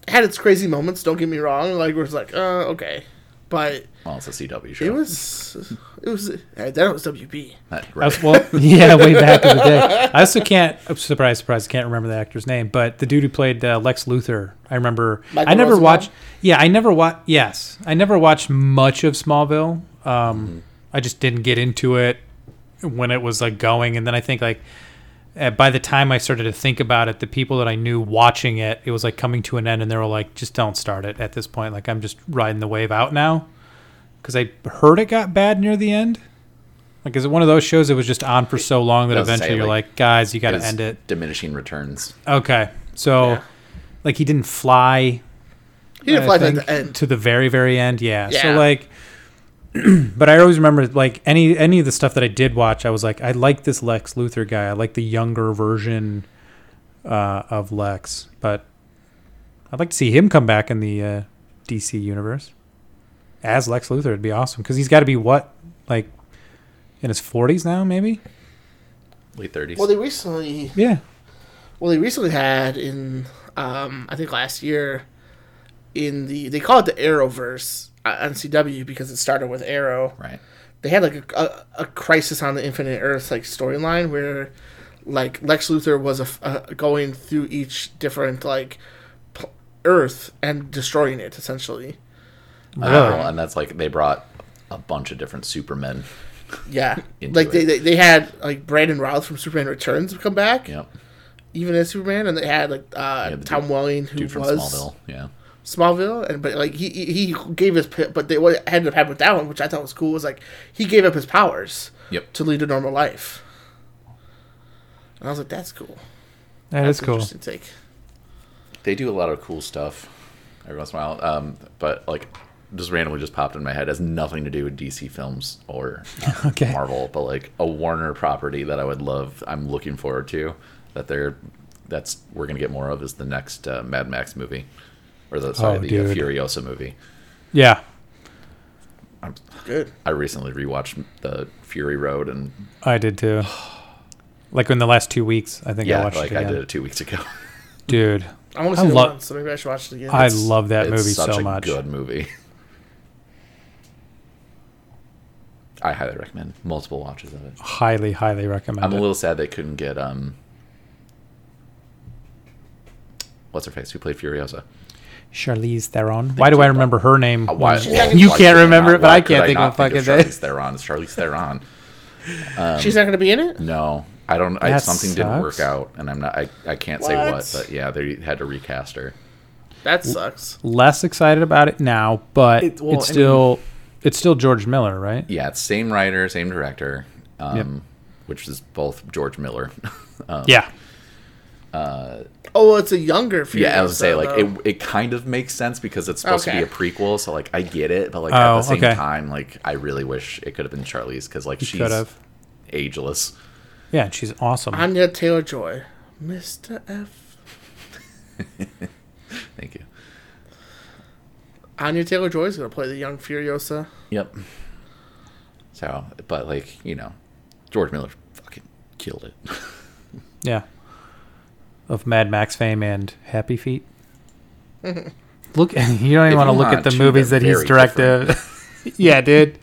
Speaker 3: had its crazy moments don't get me wrong like where it's like uh okay but
Speaker 1: Well, it's a CW show.
Speaker 3: it was it was uh, that was wb
Speaker 1: Not
Speaker 2: I
Speaker 1: great.
Speaker 2: was, well, yeah, way back in the day. I also can't. I'm surprised, surprised. Can't remember the actor's name, but the dude who played uh, Lex Luthor. I remember.
Speaker 3: Michael
Speaker 2: I never
Speaker 3: Rosenbaum?
Speaker 2: watched. Yeah, I never watched. Yes, I never watched much of Smallville. Um, I just didn't get into it when it was like going, and then I think like uh, by the time I started to think about it, the people that I knew watching it, it was like coming to an end, and they were like, "Just don't start it at this point." Like I'm just riding the wave out now because I heard it got bad near the end. Like, is it one of those shows that was just on for so long that
Speaker 1: Doesn't say,
Speaker 2: eventually you're
Speaker 1: like,
Speaker 2: like, guys, you got to
Speaker 1: It's
Speaker 2: end it?
Speaker 1: Diminishing returns.
Speaker 2: Okay. So,
Speaker 3: Yeah.
Speaker 2: like, he didn't fly.
Speaker 3: he didn't
Speaker 2: I
Speaker 3: fly at
Speaker 2: think,
Speaker 3: the end
Speaker 2: To the very, very end. Yeah. So,
Speaker 3: Yeah.
Speaker 2: like, but I always remember, like, any any of the stuff that I did watch, I was like, I like this Lex Luthor guy. I like the younger version uh, of Lex. But I'd like to see him come back in the uh, DC universe as Lex Luthor. It'd be awesome because he's got to be what, like, in his 40s now, maybe?
Speaker 1: Late 30s.
Speaker 3: well they recently
Speaker 2: Yeah.
Speaker 3: well they recently had in um i think last year in the they call it the arrowverse uh, on cw because it started with arrow
Speaker 1: right.
Speaker 3: they had like a, a, a crisis on the infinite earths like storyline where like lex luthor was a f uh going through each different like pl- earth and destroying it essentially
Speaker 1: Wow. and that's like they brought a bunch of different supermen.
Speaker 3: yeah
Speaker 1: Into
Speaker 3: like they,
Speaker 1: it.
Speaker 3: they they had like brandon routh from superman returns come back
Speaker 1: Yep.
Speaker 3: even as superman and they had like uh
Speaker 1: Yeah, the
Speaker 3: tom
Speaker 1: dude-
Speaker 3: welling who
Speaker 1: Dude from
Speaker 3: was
Speaker 1: Smallville. Yeah.
Speaker 3: Smallville, and but like he he he gave his pi- but they what ended up happening with that one, which I thought was cool, was like he gave up his powers
Speaker 1: Yep.
Speaker 3: to lead a normal life, and I was like, that's cool.
Speaker 2: That is
Speaker 3: an
Speaker 2: cool.
Speaker 3: Interesting take.
Speaker 1: They do a lot of cool stuff every once in a while. Um, but like just randomly just popped in my head. It has nothing to do with DC films or um,
Speaker 2: Okay.
Speaker 1: Marvel, but like a Warner property that I would love. I'm looking forward to that they're that's we're gonna get more of is the next uh, Mad Max movie or the sorry
Speaker 2: Oh,
Speaker 1: the uh,
Speaker 2: dude.
Speaker 1: Furiosa movie.
Speaker 2: Yeah.
Speaker 3: Good.
Speaker 1: I recently rewatched the Fury Road and
Speaker 2: I did too. Like in the last two weeks, I think I
Speaker 1: yeah,
Speaker 2: watched
Speaker 1: like
Speaker 2: it
Speaker 1: I
Speaker 2: again.
Speaker 1: did it two weeks ago.
Speaker 2: Dude,
Speaker 3: I want
Speaker 2: I
Speaker 3: to see it
Speaker 2: love-
Speaker 3: once, so maybe I should watch it again.
Speaker 2: I love that movie
Speaker 1: such
Speaker 2: so
Speaker 1: a
Speaker 2: much.
Speaker 1: Good movie. I highly recommend multiple watches of it.
Speaker 2: Highly, highly recommend
Speaker 1: I'm a
Speaker 2: it.
Speaker 1: little sad they couldn't get um. What's her face? Who played Furiosa?
Speaker 2: Charlize Theron. Why do I remember her name?
Speaker 1: Uh, why-
Speaker 3: She's
Speaker 1: well,
Speaker 3: not-
Speaker 2: you
Speaker 1: why
Speaker 2: can't
Speaker 1: could I
Speaker 2: remember
Speaker 1: not-
Speaker 2: it, but
Speaker 1: why
Speaker 2: I
Speaker 1: could
Speaker 2: can't think
Speaker 1: not
Speaker 2: of a fucking
Speaker 1: of
Speaker 2: name.
Speaker 1: Charlize Theron. It's Charlize Theron.
Speaker 3: She's not going to be in it.
Speaker 1: No, I don't. I,
Speaker 2: That
Speaker 1: something didn't work
Speaker 2: sucks.
Speaker 1: out, and I'm not. I, I can't say
Speaker 3: What?
Speaker 1: what, but yeah, they had to recast her.
Speaker 3: That sucks.
Speaker 2: Less excited about it now, but
Speaker 1: It- well,
Speaker 2: it's
Speaker 1: I mean-
Speaker 2: still it's still George Miller, right?
Speaker 1: Yeah, it's same writer, same director, um, uh,
Speaker 2: Yep.
Speaker 1: which is both George Miller.
Speaker 2: yeah.
Speaker 3: Oh, well, it's a younger Furiosa.
Speaker 1: yeah, I was gonna say like
Speaker 3: though.
Speaker 1: it. It kind of makes sense because it's supposed
Speaker 3: Okay.
Speaker 1: to be a prequel, so like I get it, but like at
Speaker 2: Oh,
Speaker 1: the same
Speaker 2: okay.
Speaker 1: time, like I really wish it could have been Charlie's because like she's
Speaker 2: Could have.
Speaker 1: ageless.
Speaker 2: Yeah, and she's awesome.
Speaker 3: Anya Taylor Joy, Mr. F.
Speaker 1: Thank you.
Speaker 3: Anya Taylor Joy is going to play the young Furiosa.
Speaker 1: Yep. So, but like you know, George Miller fucking killed it.
Speaker 2: yeah. Of Mad Max fame and Happy Feet. look, you don't even want to look
Speaker 1: want
Speaker 2: at the
Speaker 1: to,
Speaker 2: movies
Speaker 1: they're
Speaker 2: that he's
Speaker 1: very
Speaker 2: directed. yeah, dude.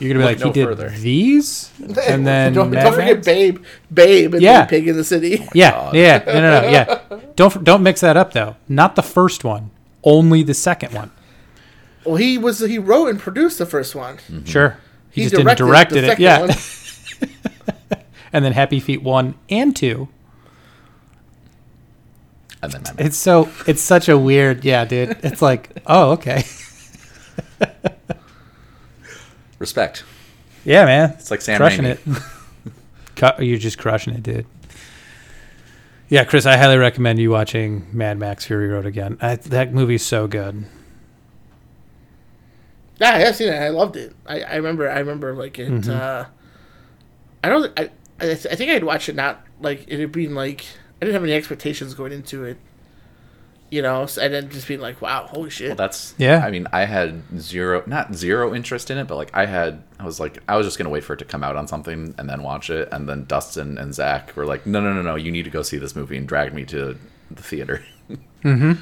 Speaker 2: You're gonna be like,
Speaker 1: no
Speaker 2: he did
Speaker 1: further."
Speaker 2: these, and then
Speaker 3: don't,
Speaker 2: Mad
Speaker 3: don't forget
Speaker 2: Max?
Speaker 3: Babe, Babe, and
Speaker 2: Yeah.
Speaker 3: yeah. Pig in the City.
Speaker 2: Yeah,
Speaker 1: Oh God.
Speaker 2: yeah, no, no, no, yeah. Don't don't mix that up though. Not the first one, only the second one.
Speaker 3: Well, he was he wrote and produced the first one.
Speaker 1: Hmm. Mm-hmm.
Speaker 2: Sure, he,
Speaker 3: He
Speaker 2: just didn't direct
Speaker 3: the
Speaker 2: it.
Speaker 3: second
Speaker 2: Yeah,
Speaker 3: one.
Speaker 2: and then Happy Feet one and two.
Speaker 1: And then Mad Max.
Speaker 2: It's so it's such a weird. Yeah, dude. It's like oh okay.
Speaker 1: respect.
Speaker 2: Yeah, man.
Speaker 1: It's like Sam
Speaker 2: crushing
Speaker 1: Raimi.
Speaker 2: it. Cu- You're just crushing it, dude. Yeah, Chris, I highly recommend you watching Mad Max Fury Road again. I, that movie's so good.
Speaker 3: Yeah, I have seen it. I loved it. I, I remember. I remember like it.
Speaker 2: Mm-hmm.
Speaker 3: Uh, I don't. I I I think I'd watch it not like it had been like I didn't have any expectations going into it. You know, so, and then just being like, wow, holy shit.
Speaker 1: That's
Speaker 2: Yeah.
Speaker 1: I mean, I had zero, not zero interest in it, but like I had, I was like, I was just gonna wait for it to come out on something and then watch it. And then Dustin and Zach were like, no, no, no, no, you need to go see this movie and dragged me to the theater. Mm-hmm.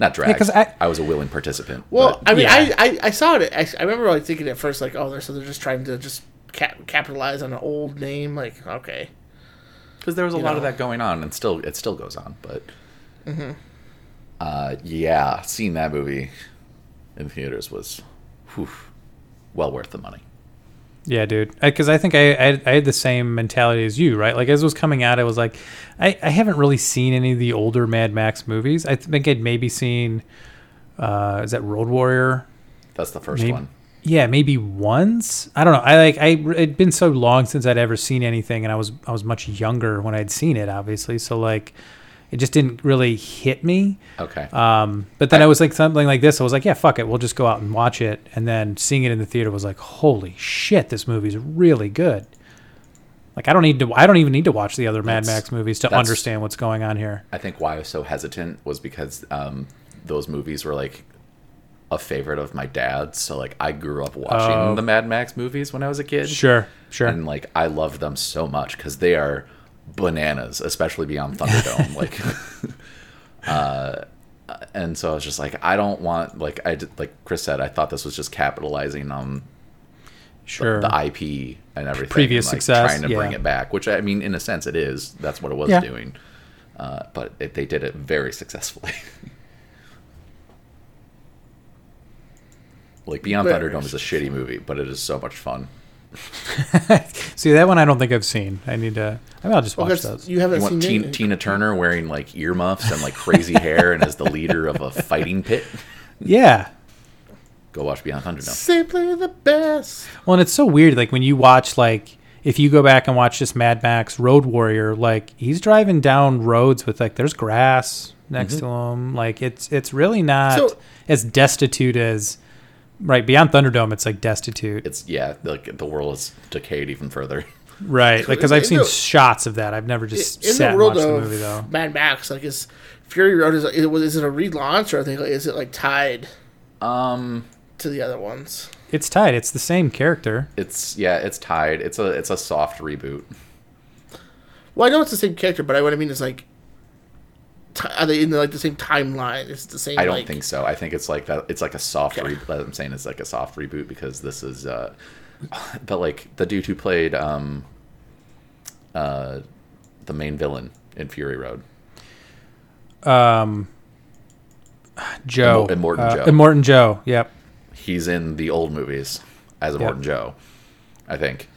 Speaker 1: not drag.
Speaker 2: 'cause I-
Speaker 1: I, was a willing participant.
Speaker 3: well,
Speaker 1: but
Speaker 3: I mean,
Speaker 2: yeah.
Speaker 3: I, I I saw it. I, I remember like thinking at first like, oh, they're so they're just trying to just cap- capitalize on an old name. Like, okay,
Speaker 1: because there was a
Speaker 3: you
Speaker 1: lot of
Speaker 3: know.
Speaker 1: that going on, and still, it still goes on. But Mm-hmm. uh, yeah, seeing that movie in theaters was, whew, well worth the money.
Speaker 2: Yeah, dude. Because I, think I, I I had the same mentality as you, right? Like as it was coming out, I was like, I, I haven't really seen any of the older Mad Max movies. I think I'd maybe seen, uh, is that Road Warrior?
Speaker 1: That's the first
Speaker 2: Maybe-
Speaker 1: one.
Speaker 2: Yeah, maybe once. I don't know. I like I it'd been so long since I'd ever seen anything and I was I was much younger when I'd seen it obviously. So like it just didn't really hit me.
Speaker 1: Okay.
Speaker 2: Um but then I, was like something like this. I was like, yeah, fuck it. We'll just go out and watch it. And then seeing it in the theater was like, holy shit, this movie's really good. Like I don't need to I don't even need to watch the other Mad
Speaker 1: That's-
Speaker 2: Max movies to
Speaker 1: that's-
Speaker 2: understand what's going on here.
Speaker 1: I think why I was so hesitant was because um, those movies were like a favorite of my dad's. So like I grew up watching
Speaker 2: Oh.
Speaker 1: the Mad Max movies when I was a kid.
Speaker 2: Sure, sure.
Speaker 1: And like I love them so much because they are bananas, especially beyond Thunderdome. like, uh, and so I was just like, I don't want like I did, like Chris said, I thought this was just capitalizing on
Speaker 2: sure.
Speaker 1: the IP and everything.
Speaker 2: Previous
Speaker 1: and, like,
Speaker 2: success,
Speaker 1: Trying to bring
Speaker 2: yeah.
Speaker 1: it back, which I mean, in a sense, it is. That's what it was
Speaker 2: Yeah.
Speaker 1: doing. Uh, but it, they did it very successfully. like Beyond
Speaker 3: Very
Speaker 1: Thunderdome is a shitty movie, but it is so much fun.
Speaker 2: See that one I don't think I've seen. I need to I mean, I'll just
Speaker 3: well,
Speaker 2: watch
Speaker 3: that's-
Speaker 2: those.
Speaker 3: you haven't
Speaker 1: You
Speaker 3: seen
Speaker 1: want Teen,
Speaker 3: it.
Speaker 1: Tina Turner wearing like earmuffs and like crazy hair and as the leader of a fighting pit?
Speaker 2: Yeah.
Speaker 1: Go watch Beyond Thunderdome.
Speaker 3: simply the best.
Speaker 2: Well, and it's so weird. Like when you watch, like if you go back and watch this Mad Max Road Warrior, like he's driving down roads with like there's grass next to him. Like it's it's really not
Speaker 3: Mm-hmm. So-
Speaker 2: as destitute as right beyond Thunderdome. It's like destitute,
Speaker 1: It's yeah, like the world is decayed even further.
Speaker 2: right? Like because
Speaker 3: in-
Speaker 2: I've
Speaker 3: in
Speaker 2: seen
Speaker 3: the-
Speaker 2: shots of that. I've never just
Speaker 3: in
Speaker 2: sat
Speaker 3: the
Speaker 2: and
Speaker 3: world
Speaker 2: watched
Speaker 3: of
Speaker 2: the movie though.
Speaker 3: Mad Max, like is Fury Road is it was is it a relaunch or I think is it like tied
Speaker 1: Um,
Speaker 3: to the other ones?
Speaker 2: It's tied. It's the same character.
Speaker 1: it's yeah, it's tied. It's a it's a soft reboot.
Speaker 3: Well, I know it's the same character, but I what I mean is like ti are they in like the same timeline? It's the same.
Speaker 1: I don't
Speaker 3: like,
Speaker 1: think so. I think it's like that. It's like a soft.
Speaker 3: Okay.
Speaker 1: Re- I'm saying it's like a soft reboot because this is. Uh, but like the dude who played um, uh, the main villain in Fury Road,
Speaker 2: Joe.
Speaker 1: Immor- Immortan
Speaker 2: uh,
Speaker 1: Joe.
Speaker 2: Immortan Joe. Yep.
Speaker 1: he's in the old movies as a Morton Joe, I think.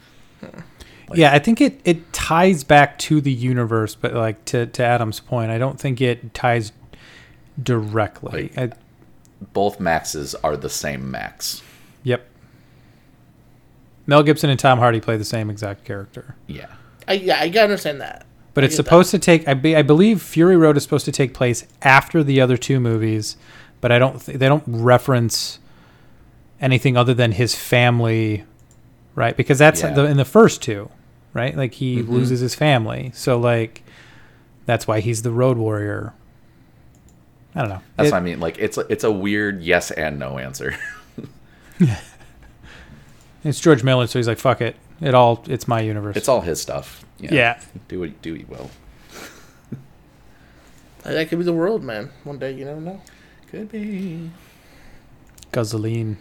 Speaker 2: yeah, I think it it ties back to the universe, but like to to Adam's point, I don't think it ties directly.
Speaker 1: Like-
Speaker 2: I,
Speaker 1: Both Maxes are the same Max.
Speaker 2: yep. Mel Gibson and Tom Hardy play the same exact character.
Speaker 1: Yeah.
Speaker 3: I, yeah, I gotta understand that.
Speaker 2: But
Speaker 3: I
Speaker 2: it's
Speaker 3: get that.
Speaker 2: supposed to take. I, be, I believe Fury Road is supposed to take place after the other two movies, but I don't. Th- they don't reference anything other than his family, right? Because that's
Speaker 1: Yeah. Mm-hmm.
Speaker 2: the, in the first two, right? Like he loses his family, so like that's why he's the road warrior. I don't know.
Speaker 1: That's
Speaker 2: It-
Speaker 1: what I mean. Like it's it's a weird yes and no answer.
Speaker 2: It's George Miller, so he's like, "Fuck it, it all. It's my universe."
Speaker 1: it's all his stuff. Yeah.
Speaker 2: Yeah.
Speaker 1: Do what do what you will.
Speaker 3: Like, that could be the world, man. One day, you never know.
Speaker 1: Could be.
Speaker 2: Guzzoline. And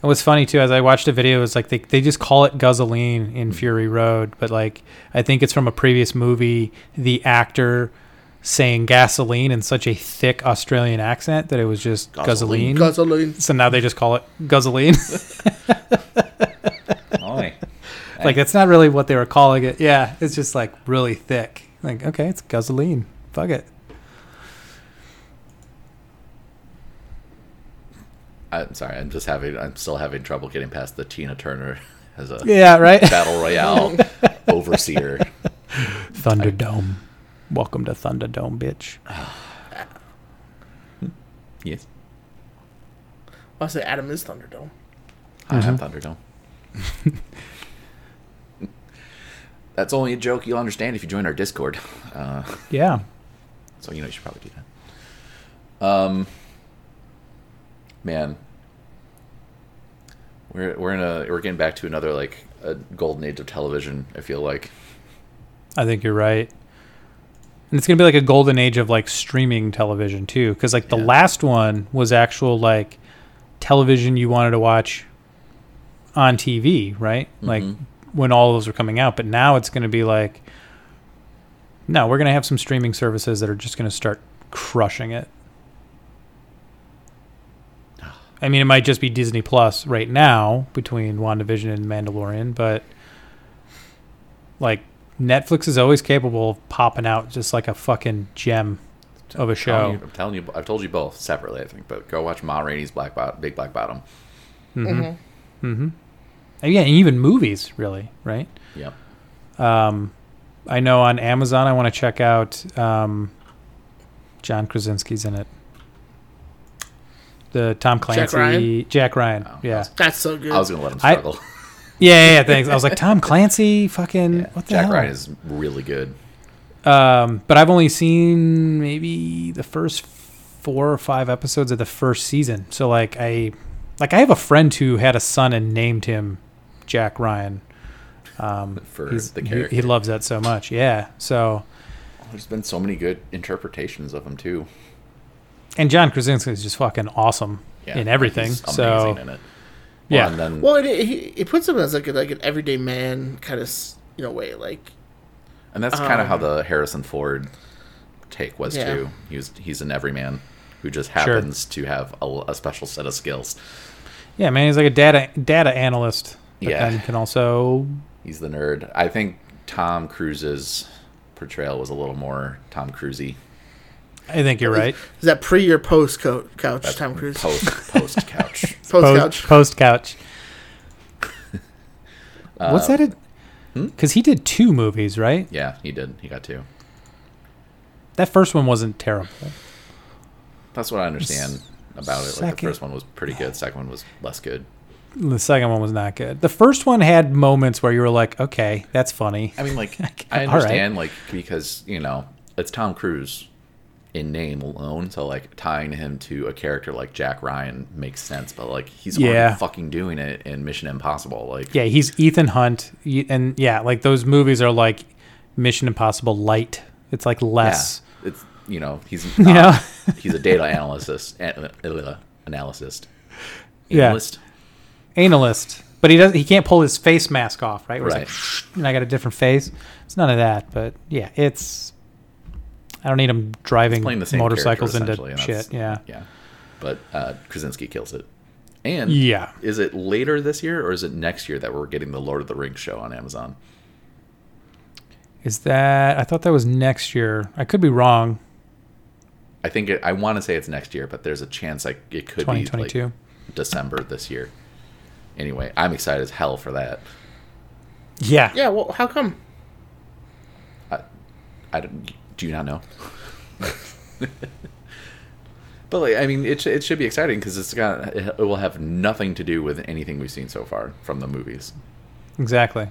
Speaker 2: what's funny too, as I watched a video, is like they, they just call it Guzzoline in Fury Road, but like I think it's from a previous movie, the actor saying gasoline in such a thick Australian accent that it was just
Speaker 1: Guzzoline.
Speaker 2: Guzzoline.
Speaker 3: Gasoline.
Speaker 2: so now they just call it Guzzoline.
Speaker 1: Oi.
Speaker 2: like that's not really what they were calling it. Yeah, it's just like really thick. Like, okay, it's Guzzoline. Fuck it.
Speaker 1: I'm sorry. I'm just having. I'm still having trouble getting past the Tina Turner as a
Speaker 2: Yeah, right?
Speaker 1: battle royale overseer.
Speaker 2: Thunderdome. Welcome to Thunderdome, bitch.
Speaker 1: Yes,
Speaker 3: I say Adam is Thunderdome.
Speaker 1: I am Thunderdome. That's only a joke you'll understand if you join our Discord. Uh,
Speaker 2: Yeah.
Speaker 1: so you know you should probably do that. Um, man, we're we're in a we're getting back to another like a golden age of television. I feel like.
Speaker 2: I think you're right. And it's going to be like a golden age of like streaming television too cuz like the
Speaker 1: Yeah.
Speaker 2: last one was actual like television you wanted to watch on TV, right? Like when all those were coming out, but now it's going to be like no, we're going to have some streaming services that are just going to start crushing it. I mean, it might just be Disney Plus right now between WandaVision and Mandalorian, but like Netflix is always capable of popping out just like a fucking gem of
Speaker 1: telling
Speaker 2: a show.
Speaker 1: you- I'm telling you, I've told you both separately, I think, but go watch Ma Rainey's Black Bottom, Big Black Bottom.
Speaker 2: And yeah, and even movies, really, right?
Speaker 1: Yep.
Speaker 2: I know on Amazon, I want to check out um, John Krasinski's in it. The Tom Clancy,
Speaker 3: Jack Ryan?
Speaker 2: Jack Ryan,
Speaker 1: I
Speaker 2: yeah.
Speaker 1: was-
Speaker 3: That's so good.
Speaker 1: I was gonna let him
Speaker 2: I-
Speaker 1: struggle.
Speaker 2: yeah, yeah, yeah. Thanks. I was like Tom Clancy, fucking
Speaker 1: Yeah,
Speaker 2: what the
Speaker 1: Jack
Speaker 2: hell?
Speaker 1: Ryan is really good.
Speaker 2: Um, but I've only seen maybe the first four or five episodes of the first season. So like I, like I have a friend who had a son and named him Jack Ryan. Um,
Speaker 1: For
Speaker 2: he's-
Speaker 1: the
Speaker 2: he-
Speaker 1: character.
Speaker 2: he, loves that so much. Yeah. So
Speaker 1: There's been so many good interpretations of him too.
Speaker 2: and John Krasinski is just fucking awesome
Speaker 1: Yeah,
Speaker 2: in everything.
Speaker 1: he's
Speaker 2: So
Speaker 1: amazing in it.
Speaker 2: yeah,
Speaker 1: and then
Speaker 3: Well, it, it, it puts him as like a, like an everyday man kind of you know way. Like
Speaker 1: and that's kind of how the Harrison Ford take was
Speaker 3: um, Yeah.
Speaker 1: too. He was he's an everyman who just
Speaker 2: Sure.
Speaker 1: happens to have a, a special set of skills.
Speaker 2: yeah, man, he's like a data data analyst. But
Speaker 1: Yeah.
Speaker 2: then can also
Speaker 1: He's the nerd. I think Tom Cruise's portrayal was a little more Tom Cruisey.
Speaker 2: I think you're right.
Speaker 3: is that pre or post co- couch? Tom Cruise
Speaker 1: Post post couch.
Speaker 3: post
Speaker 2: post
Speaker 3: couch.
Speaker 2: Post couch. What's
Speaker 1: Um,
Speaker 2: that?
Speaker 1: hmm?
Speaker 2: Because he did two movies, right?
Speaker 1: Yeah, he did. He got two.
Speaker 2: That first one wasn't terrible.
Speaker 1: That's what I understand about it. Like the
Speaker 2: Second-
Speaker 1: first one was pretty good. Second one was less good.
Speaker 2: The second one was not good. The first one had moments where you were like, "Okay, that's funny."
Speaker 1: I mean, like
Speaker 2: all
Speaker 1: I
Speaker 2: right.
Speaker 1: understand, like because you know it's Tom Cruise in name alone, so like tying him to a character like Jack Ryan makes sense. But like he's
Speaker 2: Yeah.
Speaker 1: already fucking doing it in Mission Impossible. Like
Speaker 2: Yeah, he's Ethan Hunt, y- and yeah, like those movies are like Mission Impossible light. It's like
Speaker 1: yeah,
Speaker 2: less.
Speaker 1: it's you know, he's not, he's a data analysis, an- uh, analyst,
Speaker 2: Yeah.
Speaker 1: analyst.
Speaker 2: analyst, but he does. He can't pull his face mask off, right? Where it's like, and I got a different face. It's none of that, but yeah, it's. I don't need him driving
Speaker 1: Playing the same
Speaker 2: motorcycles
Speaker 1: character,
Speaker 2: into
Speaker 1: essentially, and that's-
Speaker 2: shit. Yeah.
Speaker 1: yeah. But uh, Krasinski kills it, and
Speaker 2: Yeah.
Speaker 1: is it later this year or is it next year that we're getting the Lord of the Rings show on Amazon?
Speaker 2: Is that? I thought that was next year. I could be wrong.
Speaker 1: I think it, I want to say it's next year, but there's a chance like it could be like
Speaker 2: 2022.
Speaker 1: December this year. Anyway, I'm excited as hell for that.
Speaker 2: Yeah.
Speaker 3: Yeah, well, how come?
Speaker 1: I don't, do you not know? but like, I mean, it sh- it should be exciting because it's got it will have nothing to do with anything we've seen so far from the movies.
Speaker 2: Exactly.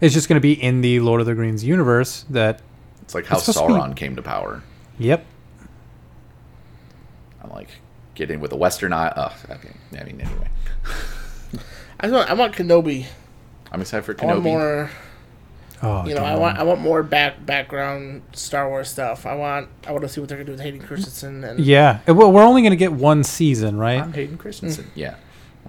Speaker 2: It's just going to be in the Lord of the Rings universe. That.
Speaker 1: It's like how
Speaker 2: It's supposed to be-
Speaker 1: Sauron came to power.
Speaker 2: Yep.
Speaker 1: I'm like getting with a Western eye. Oh, okay. I mean, anyway,
Speaker 3: I want, I want Kenobi.
Speaker 1: I'm excited for
Speaker 3: I want
Speaker 1: Kenobi.
Speaker 3: more.
Speaker 2: Oh,
Speaker 3: You know, I
Speaker 2: damn.
Speaker 3: want I want more back background Star Wars stuff. I want I want to see what they're gonna do with Hayden Christensen and
Speaker 2: Yeah. And Well, we're only going to get one season, right?
Speaker 1: I'm Hayden
Speaker 3: Mm.
Speaker 1: Christensen. Yeah,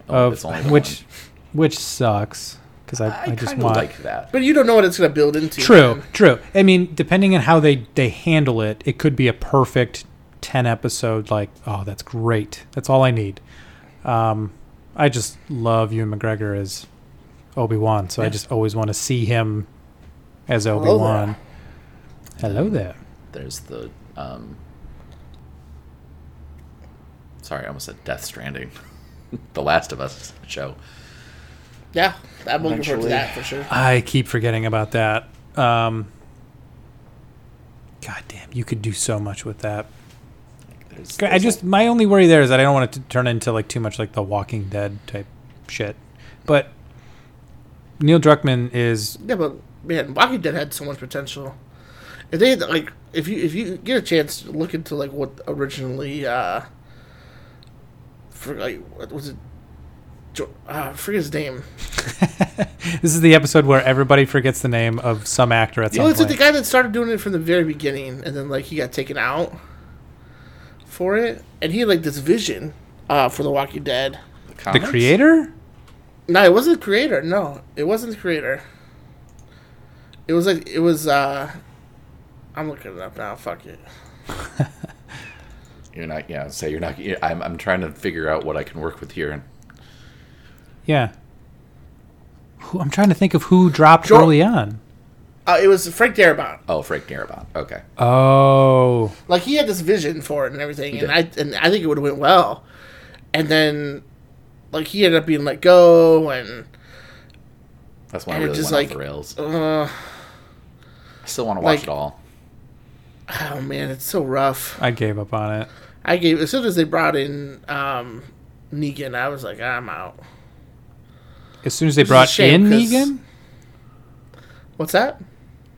Speaker 1: Oh,
Speaker 2: of
Speaker 1: it's only the
Speaker 2: which, which sucks because I,
Speaker 1: one.
Speaker 2: I,
Speaker 1: I,
Speaker 2: just
Speaker 1: kind of
Speaker 2: want.
Speaker 1: like that.
Speaker 3: But you don't know what it's gonna build into.
Speaker 2: True,
Speaker 3: man.
Speaker 2: true. I mean, depending on how they they handle it, it could be a perfect ten episode. Like, oh, that's great. That's all I need. Um, I just love Ewan McGregor as Obi Wan, so I just always want to see him as Obi
Speaker 3: Hello
Speaker 2: Wan. Hello there.
Speaker 1: There's the um. Sorry, I almost said Death Stranding, The Last of Us show.
Speaker 3: Yeah, I'm looking forward to
Speaker 1: Eventually.
Speaker 3: that for sure.
Speaker 2: I keep forgetting about that. Um, God damn, you could do so much with that.
Speaker 1: There's,
Speaker 2: I
Speaker 1: there's
Speaker 2: just my only worry there is that I don't want it to turn into like too much like the Walking Dead type shit. But Neil Druckmann is
Speaker 3: Yeah, but man, Walking Dead had so much potential. If they had, like, if you if you get a chance to look into like what originally, uh, for like what was it, Jo- uh, I forget his name.
Speaker 2: this is the episode where everybody forgets the name of some actor at some
Speaker 3: Well, it's like
Speaker 2: point.
Speaker 3: the guy that started doing it from the very beginning, and then like he got taken out for it, and he had like this vision uh, for The Walking Dead.
Speaker 2: the
Speaker 1: comics?
Speaker 2: creator?
Speaker 3: No, it wasn't the creator. No, it wasn't the creator. It was like it was. uh I'm looking it up now. Fuck it.
Speaker 1: You're not. Yeah. Say you're not. you- I'm. I'm trying to figure out what I can work with here. And
Speaker 2: Yeah. Who, I'm trying to think of who dropped
Speaker 3: Sure.
Speaker 2: early on.
Speaker 3: Uh, it was Frank Darabont.
Speaker 1: oh, Frank Darabont. Okay.
Speaker 2: Oh,
Speaker 3: Like he had this vision for it and everything, and I
Speaker 1: did.
Speaker 3: and I think it would have went well. And then, like he ended up being let go, and
Speaker 1: That's why I
Speaker 3: And it
Speaker 1: really
Speaker 3: just,
Speaker 1: went
Speaker 3: like,
Speaker 1: off the rails.
Speaker 3: uh,
Speaker 1: I still want to watch
Speaker 3: like-
Speaker 1: it all.
Speaker 3: oh man, it's so rough.
Speaker 2: I gave up on it.
Speaker 3: I gave as soon as they brought in um, Negan, I was like, I'm out.
Speaker 2: As soon as they
Speaker 3: is a
Speaker 2: brought
Speaker 3: shame
Speaker 2: in
Speaker 3: 'cause-
Speaker 2: Negan,
Speaker 3: What's that?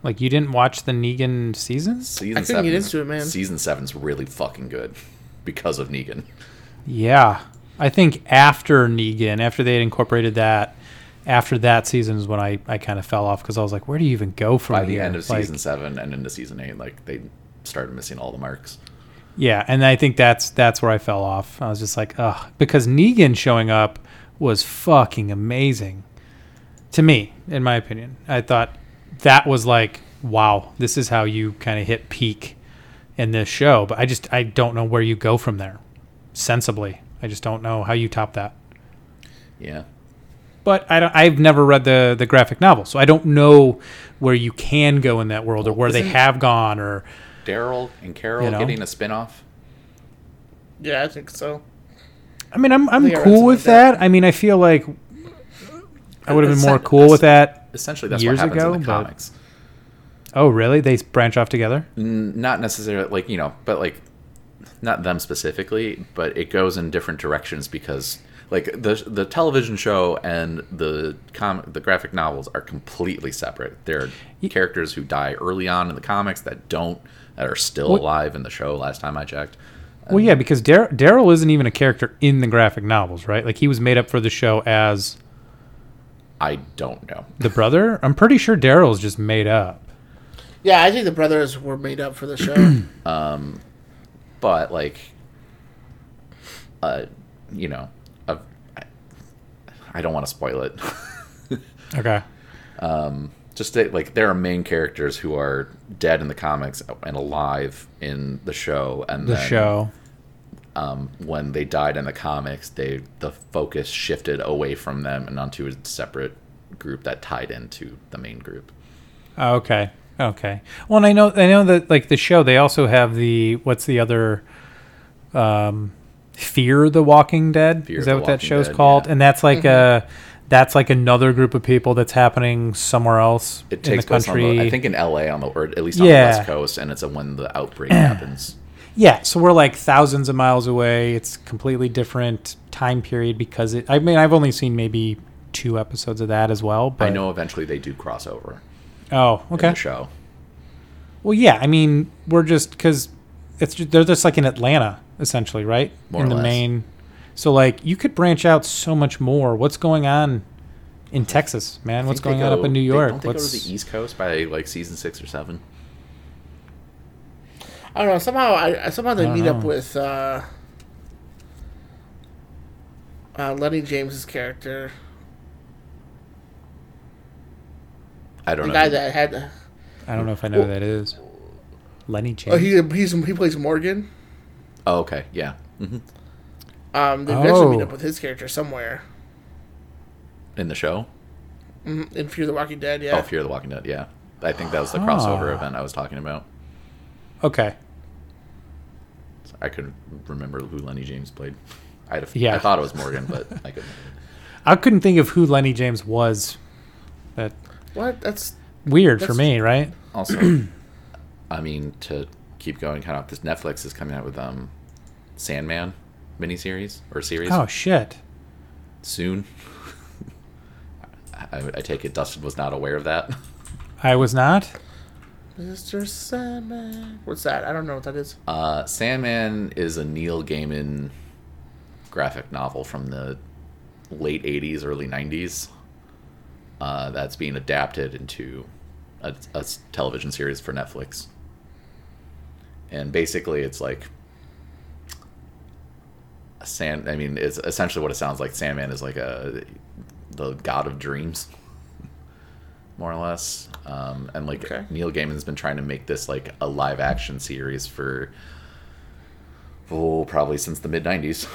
Speaker 2: like you didn't watch the Negan seasons?
Speaker 1: Season
Speaker 3: I couldn't get
Speaker 1: seven's-
Speaker 3: into it, man.
Speaker 1: Season seven's really fucking good because of Negan.
Speaker 2: Yeah. I think after Negan, after they had incorporated that, after that season is when I, I kind of fell off because I was like, where do you even go from
Speaker 1: By the
Speaker 2: here?
Speaker 1: end of
Speaker 2: Like,
Speaker 1: season seven and into season eight, like they started missing all the marks.
Speaker 2: Yeah, and I think that's that's where I fell off. I was just like, ugh, because Negan showing up was fucking amazing to me, in my opinion. I thought that was like, wow, this is how you kind of hit peak in this show. But I just I don't know where you go from there, sensibly. I just don't know how you top that.
Speaker 1: Yeah.
Speaker 2: But I don't, I've never read the, the graphic novel, so I don't know where you can go in that world or where they
Speaker 1: isn't-
Speaker 2: have gone or
Speaker 1: Daryl and Carol
Speaker 2: You know?
Speaker 1: getting a spin-off.
Speaker 3: Yeah, I think so.
Speaker 2: I mean, I'm I'm
Speaker 3: think I read
Speaker 2: cool
Speaker 3: something
Speaker 2: with
Speaker 3: like that.
Speaker 2: that. I mean, I feel like I would have been
Speaker 1: It's
Speaker 2: more
Speaker 1: sen-
Speaker 2: cool with
Speaker 1: it's-
Speaker 2: that.
Speaker 1: Essentially, that's
Speaker 2: Years
Speaker 1: what happens
Speaker 2: ago,
Speaker 1: in the
Speaker 2: but-
Speaker 1: comics.
Speaker 2: Oh, really? They branch off together?
Speaker 1: N- Not necessarily like you know, but like not them specifically, but it goes in different directions because like the the television show and the com the graphic novels are completely separate. There are characters who die early on in the comics that don't that are still
Speaker 2: What-
Speaker 1: alive in the show. Last time I checked,
Speaker 2: Well, yeah, because Dar- Daryl isn't even a character in the graphic novels, right? Like he was made up for the show as
Speaker 1: I don't know.
Speaker 2: the brother. I'm pretty sure Daryl's just made up.
Speaker 3: Yeah, I think the brothers were made up for the show.
Speaker 1: but like uh you know I I, I don't want to spoil it
Speaker 2: Okay.
Speaker 1: just that, like there are main characters who are dead in the comics and alive in the show and
Speaker 2: The
Speaker 1: then,
Speaker 2: show.
Speaker 1: um, when they died in the comics they the focus shifted away from them and onto a separate group that tied into the main group
Speaker 2: Oh, okay. Okay. Well, and I know I know that like the show they also have the what's the other um Fear the Walking Dead?
Speaker 1: Fear
Speaker 2: is
Speaker 1: the
Speaker 2: that what that
Speaker 1: Walking
Speaker 2: show's
Speaker 1: Dead,
Speaker 2: called?
Speaker 1: yeah.
Speaker 2: And that's like a that's like another group of people that's happening somewhere else
Speaker 1: it
Speaker 2: in the
Speaker 1: takes place on
Speaker 2: country.
Speaker 1: the, I think in LA on the or at least on
Speaker 2: Yeah.
Speaker 1: the west coast and it's a, when the outbreak happens
Speaker 2: Yeah, so we're like thousands of miles away. It's completely different time period because it. I mean, I've only seen maybe two episodes of that as well. But
Speaker 1: I know eventually they do cross over
Speaker 2: Oh,
Speaker 1: in
Speaker 2: okay.
Speaker 1: the show
Speaker 2: Well, yeah. I mean, we're just because it's ju- they're just like in Atlanta essentially, right?
Speaker 1: More
Speaker 2: in
Speaker 1: or
Speaker 2: the
Speaker 1: less.
Speaker 2: main. So like you could branch out so much more. What's going on in Texas, man? What's
Speaker 1: think
Speaker 2: going
Speaker 1: they
Speaker 2: on up
Speaker 1: go-
Speaker 2: in New
Speaker 1: they-
Speaker 2: York?
Speaker 1: Don't they
Speaker 2: What's
Speaker 1: go to the E East Coast by like season six or seven?
Speaker 3: I don't know. Somehow, I I- somehow they
Speaker 2: don't
Speaker 3: meet up
Speaker 2: know.
Speaker 3: with uh, uh, Lenny James's character,
Speaker 1: I don't
Speaker 3: the
Speaker 1: know.
Speaker 3: guy that had.
Speaker 2: I don't know if I know who that is. Lenny James.
Speaker 3: Oh, he he's, he plays Morgan.
Speaker 1: oh, okay, yeah. hmm
Speaker 3: Um, they eventually meet
Speaker 2: Oh.
Speaker 3: up with his character somewhere
Speaker 1: In the show,
Speaker 3: Mhm, in Fear the Walking Dead.
Speaker 1: oh,
Speaker 3: Yeah,
Speaker 1: Fear the Walking Dead. Yeah, I think that was the crossover
Speaker 2: Huh.
Speaker 1: event I was talking about.
Speaker 2: okay.
Speaker 1: I couldn't remember who Lenny James played. I had a f I
Speaker 2: Yeah.
Speaker 1: thought it was Morgan, but I couldn't.
Speaker 2: I couldn't think of who Lenny James was. That
Speaker 3: what? That's
Speaker 2: weird for
Speaker 3: That's-
Speaker 2: me, right?
Speaker 1: Also, I mean to keep going, kind of this Netflix is coming out with um, Sandman miniseries or series
Speaker 2: Oh shit.
Speaker 1: soon. I, I take it Dustin was not aware of that.
Speaker 2: I was not.
Speaker 3: Mr. Sandman. What's that? I don't know what that is.
Speaker 1: Uh, Sandman is a Neil Gaiman graphic novel from the late 80s, early 90s uh, that's being adapted into a, a s- television series for Netflix. And basically, it's like. a Sand, I mean, it's essentially what it sounds like. Sandman is like a the god of dreams, more or less. Um, and like
Speaker 3: Okay.
Speaker 1: Neil Gaiman's been trying to make this like a live action series for oh, probably since the mid 90s.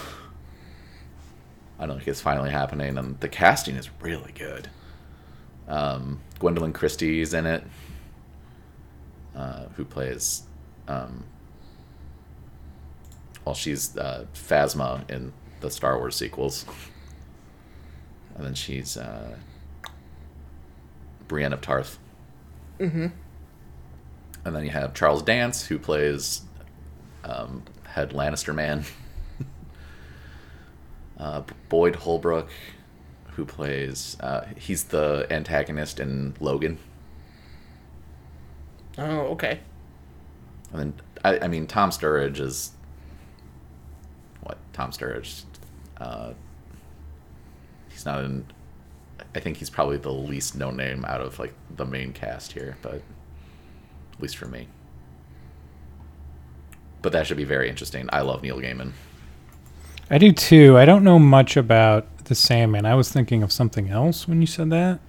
Speaker 1: I don't think it's finally happening, and the casting is really good. Um, Gwendolyn Christie's in it, uh, who plays, um, well, she's uh, Phasma in the Star Wars sequels, and then she's uh, Brienne of Tarth. Mm-hmm. And then you have Charles Dance, who plays um, head Lannister man. uh, Boyd Holbrook, who plays, uh, he's the antagonist in Logan.
Speaker 3: Oh, okay.
Speaker 1: And then, I, I mean, Tom Sturridge is what? Tom Sturridge. Uh, he's not in. I think he's probably the least known name out of like the main cast here, but at least for me. But that should be very interesting. I love Neil Gaiman.
Speaker 2: I do too. I don't know much about the Sandman. I was thinking of something else when you said that.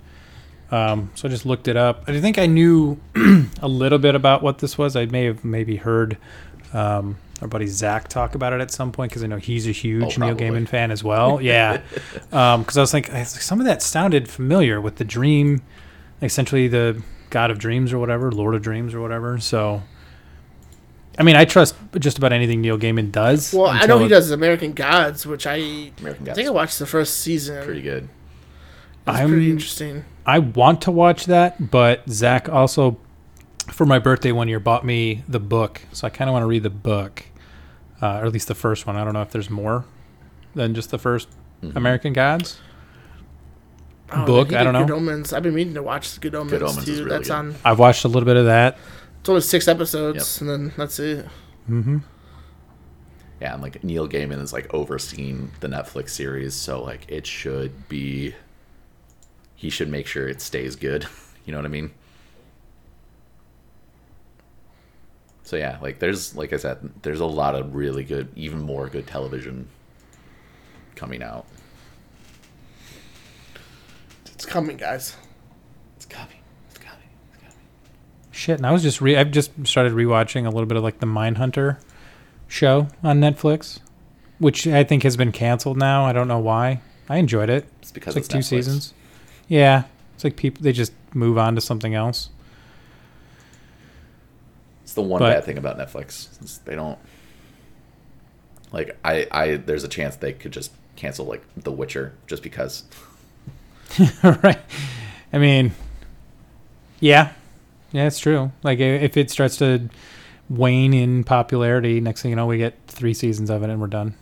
Speaker 2: Um, so I just looked it up. I think I knew a little bit about what this was. I may have maybe heard um, our buddy Zach talk about it at some point because I know he's a huge
Speaker 1: Oh,
Speaker 2: Neil
Speaker 1: probably.
Speaker 2: Gaiman fan as well. Yeah, because I was like, I was like, some of that sounded familiar with the Dream, essentially the God of Dreams or whatever, Lord of Dreams or whatever. So, I mean, I trust just about anything Neil Gaiman does.
Speaker 3: Well, I
Speaker 2: until
Speaker 3: know he
Speaker 2: it-
Speaker 3: does American Gods, which I,
Speaker 1: American
Speaker 3: I
Speaker 1: Gods
Speaker 3: think I watched the first season.
Speaker 1: pretty good.
Speaker 3: It's
Speaker 2: I'm-
Speaker 3: pretty interesting.
Speaker 2: I want to watch that, but Zach also, for my birthday one year, bought me the book. So I kind of want to read the book, uh, or at least the first one. I don't know if there's more than just the 1st
Speaker 1: Mm-hmm.
Speaker 2: American Gods.
Speaker 3: Oh,
Speaker 2: Book,
Speaker 3: he
Speaker 2: I
Speaker 3: did
Speaker 2: don't
Speaker 3: Good
Speaker 2: know.
Speaker 3: Omens. I've been meaning to watch Good Omens,
Speaker 1: Omens is
Speaker 3: too.
Speaker 1: really
Speaker 3: that's
Speaker 1: good.
Speaker 3: on.
Speaker 2: I've watched a little bit of that.
Speaker 3: It's only six episodes, and then that's it.
Speaker 1: Yeah, and like Neil Gaiman is like overseeing the Netflix series, so like it should be. He should make sure it stays good. You know what I mean? So yeah, like there's like I said, there's a lot of really good, even more good television coming out.
Speaker 3: It's coming, guys.
Speaker 1: It's coming. It's coming. It's coming.
Speaker 2: Shit, and I was just re I've just started rewatching a little bit of like the Mindhunter show on Netflix, which I think has been canceled now. I don't know why. I enjoyed it.
Speaker 1: It's because
Speaker 2: it's like
Speaker 1: it's
Speaker 2: two
Speaker 1: Netflix.
Speaker 2: seasons. Yeah, it's like people they just move on to something else.
Speaker 1: It's the one
Speaker 2: But-
Speaker 1: bad thing about Netflix. is They don't like I I there's a chance they could just cancel like The Witcher just because.
Speaker 2: right. I mean, yeah, yeah, it's true. Like i- if it starts to wane in popularity, next thing you know, we get three seasons of it and we're done.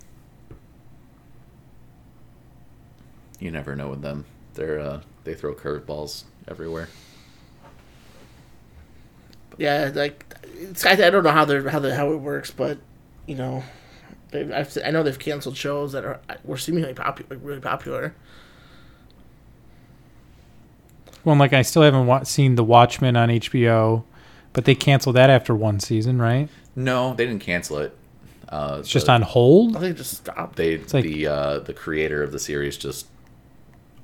Speaker 1: You never know with them. They're uh they throw curveballs everywhere.
Speaker 3: Yeah, like it's, I, I don't know how they are how the how it works, but you know, they've, I've, se- I know they've canceled shows that are were seemingly popular, really popular.
Speaker 2: Well, and, like I still haven't wa- seen The Watchmen on HBO, but they canceled that after one season, right?
Speaker 1: No, they didn't cancel it. Uh,
Speaker 2: It's just on hold.
Speaker 3: I think it just stopped.
Speaker 1: They
Speaker 2: like-
Speaker 1: the uh, the creator of the series just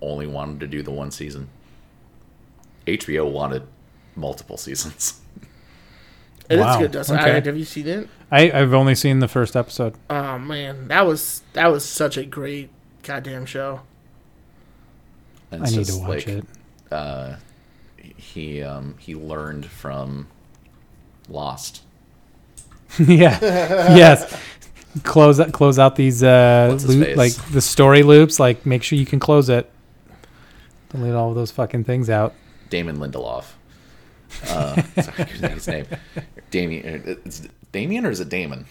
Speaker 1: only wanted to do the one season. HBO wanted multiple seasons.
Speaker 3: It is
Speaker 2: Wow,
Speaker 3: good. Dustin.
Speaker 2: okay.
Speaker 3: I- have you seen it?
Speaker 2: I, I've only seen the first episode.
Speaker 3: Oh man, that was that was such a great goddamn show.
Speaker 1: And
Speaker 2: I
Speaker 1: it's
Speaker 2: need to
Speaker 1: just,
Speaker 2: watch
Speaker 1: like,
Speaker 2: it.
Speaker 1: Uh, he um, he learned from Lost.
Speaker 2: yeah. yes. Close out, close out these uh,
Speaker 1: What's his
Speaker 2: loop,
Speaker 1: face?
Speaker 2: like the story loops. Like, make sure you can close it. Delete all of those fucking things out.
Speaker 1: Damon Lindelof. Uh, sorry, I couldn't think of his name. Damien. uh, It's Damien or is it Damon?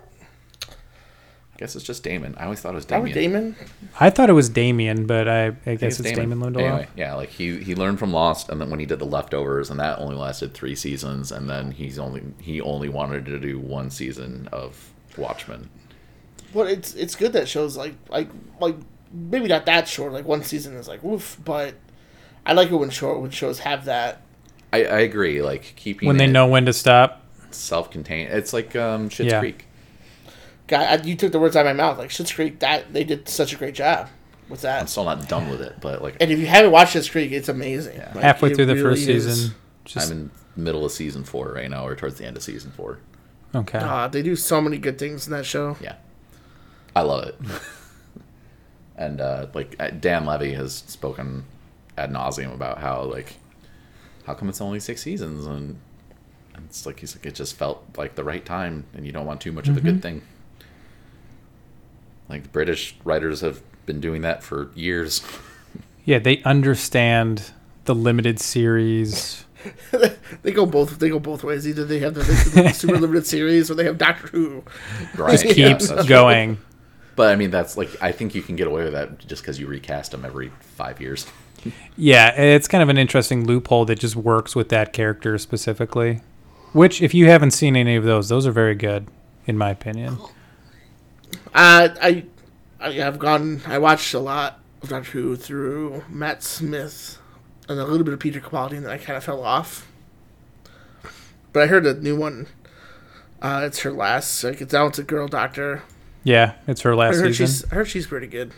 Speaker 1: I guess it's just Damon. I always thought it was
Speaker 3: Robert
Speaker 1: Damien.
Speaker 3: Damon.
Speaker 2: I thought it was Damien, but I, I guess it's
Speaker 1: It's
Speaker 2: Damon, Lindelof.
Speaker 1: Anyway, yeah, like he he learned from Lost, and then when he did the leftovers, and that only lasted three seasons, and then he's only he only wanted to do one season of Watchmen.
Speaker 3: Well, it's it's good that shows like like like maybe not that short. Like one season is like woof, but I like it when short when shows have that.
Speaker 1: I, I agree, like keeping
Speaker 2: When they know when to stop.
Speaker 1: self contained, it's like um Shit's
Speaker 2: Yeah.
Speaker 1: Creek.
Speaker 3: God, I, you took the words out of my mouth. Like Shit's Creek, that they did such a great job with
Speaker 1: I'm
Speaker 3: that.
Speaker 1: still not done with it, but like
Speaker 3: And if you haven't watched Shit's Creek, it's amazing. Like,
Speaker 2: Halfway
Speaker 3: it
Speaker 2: through the
Speaker 3: really
Speaker 2: first
Speaker 3: is.
Speaker 2: season. Just,
Speaker 1: I'm in middle of season four right now, or towards the end of season four.
Speaker 2: okay.
Speaker 3: Uh, they do so many good things in that show.
Speaker 1: Yeah, I love it. and uh, like uh, Dan Levy has spoken ad nauseum about how like how come it's only six seasons and, and it's like he's like it just felt like the right time and you don't want too much of a
Speaker 2: Mm-hmm.
Speaker 1: good thing. Like British writers have been doing that for years.
Speaker 2: yeah, they understand the limited series.
Speaker 3: They go both. They go both ways. Either they have the, the super limited series, or they have Doctor Who.
Speaker 1: Right?
Speaker 2: Just
Speaker 1: Yeah,
Speaker 2: keeps
Speaker 1: that's-
Speaker 2: going.
Speaker 1: But I mean, that's like I think you can get away with that just because you recast them every five years.
Speaker 2: Yeah, it's kind of an interesting loophole that just works with that character specifically. Which, if you haven't seen any of those, those are very good, in my opinion.
Speaker 3: Uh, I, I have gone. I watched a lot of Doctor Who through Matt Smith, and a little bit of Peter Capaldi, and then I kind of fell off. But I heard a new one. Uh, it's her last. Like it's now it's a girl doctor.
Speaker 2: Yeah, it's her
Speaker 3: I
Speaker 2: last
Speaker 3: heard
Speaker 2: season.
Speaker 3: she's. I heard she's pretty good.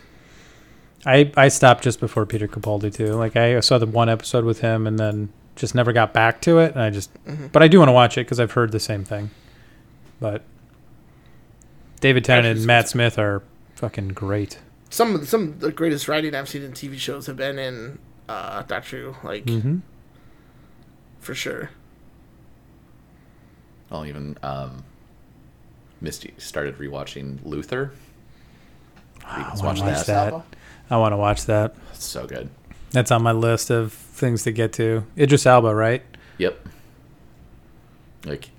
Speaker 2: I, I stopped just before Peter Capaldi too. Like I saw the one episode with him and then just never got back to it. And I just, but I do want to watch it because I've heard the same thing. But David Tennant
Speaker 3: Actually,
Speaker 2: and Matt Smith are fucking great.
Speaker 3: Some of the, some of the greatest writing I've seen in TV shows have been in uh, Doctor Who, like
Speaker 2: Mm-hmm.
Speaker 3: for sure.
Speaker 1: Well, even um, Misty started rewatching Luther.
Speaker 2: Ah, I want
Speaker 1: Let's
Speaker 2: to
Speaker 1: watch
Speaker 2: watch
Speaker 1: that.
Speaker 2: that. I want to watch that.
Speaker 1: That's so good.
Speaker 2: That's on my list of things to get to. Idris Alba, right?
Speaker 1: Yep. Like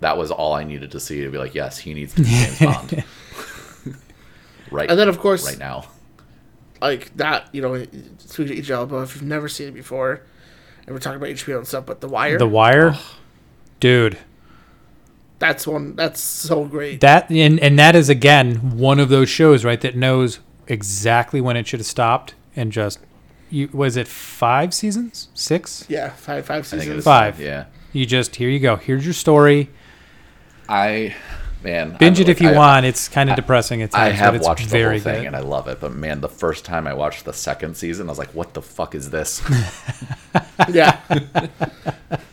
Speaker 1: that was all I needed to see to be like, yes, he needs to be James Bond. right.
Speaker 3: And then of course,
Speaker 1: right now.
Speaker 3: like that, you know, speaking of Jalba, if you've never seen it before, and we're talking about HBO and stuff, but The Wire,
Speaker 2: The Wire, dude.
Speaker 3: that's one that's so great.
Speaker 2: That and and that is again one of those shows, right? That knows exactly when it should have stopped and just you was it five seasons, six?
Speaker 3: yeah, five five
Speaker 1: I think it
Speaker 3: seasons.
Speaker 1: was
Speaker 2: Five.
Speaker 1: Yeah.
Speaker 2: You just here you go. Here's your story.
Speaker 1: I man,
Speaker 2: Binge
Speaker 1: I'm
Speaker 2: it if you
Speaker 1: like- I-
Speaker 2: want. It's kind of depressing at
Speaker 1: I
Speaker 2: times,
Speaker 1: have
Speaker 2: but it's
Speaker 1: watched the
Speaker 2: very
Speaker 1: whole thing
Speaker 2: good.
Speaker 1: and I love it, but man, the first time I watched the second season, I was like, "What the fuck is this?"
Speaker 3: Yeah. It's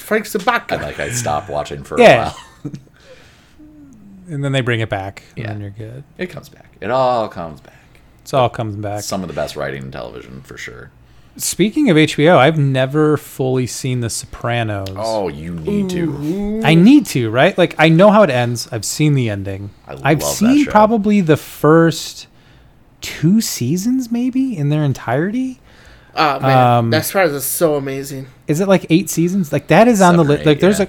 Speaker 3: Frank Sabaka.
Speaker 1: and like, I stopped watching for a
Speaker 2: Yeah.
Speaker 1: while.
Speaker 2: and then they bring it back,
Speaker 1: Yeah.
Speaker 2: and then you're good.
Speaker 1: It comes back. It all comes back.
Speaker 2: It's all comes back.
Speaker 1: Some of the best writing in television for sure.
Speaker 2: Speaking of HBO, I've never fully seen The Sopranos.
Speaker 1: Oh, you need
Speaker 3: Mm-hmm.
Speaker 1: to.
Speaker 2: I need to, right? Like I know how it ends. I've seen the ending.
Speaker 1: I love
Speaker 2: I've
Speaker 1: that
Speaker 2: seen
Speaker 1: show.
Speaker 2: probably the first two seasons, maybe in their entirety.
Speaker 3: Oh man,
Speaker 2: Um,
Speaker 3: that surprise is so amazing.
Speaker 2: Is it like eight seasons? Like that is on the
Speaker 1: Seven or
Speaker 2: list. Like
Speaker 1: eight,
Speaker 2: there's
Speaker 1: yeah.
Speaker 2: a,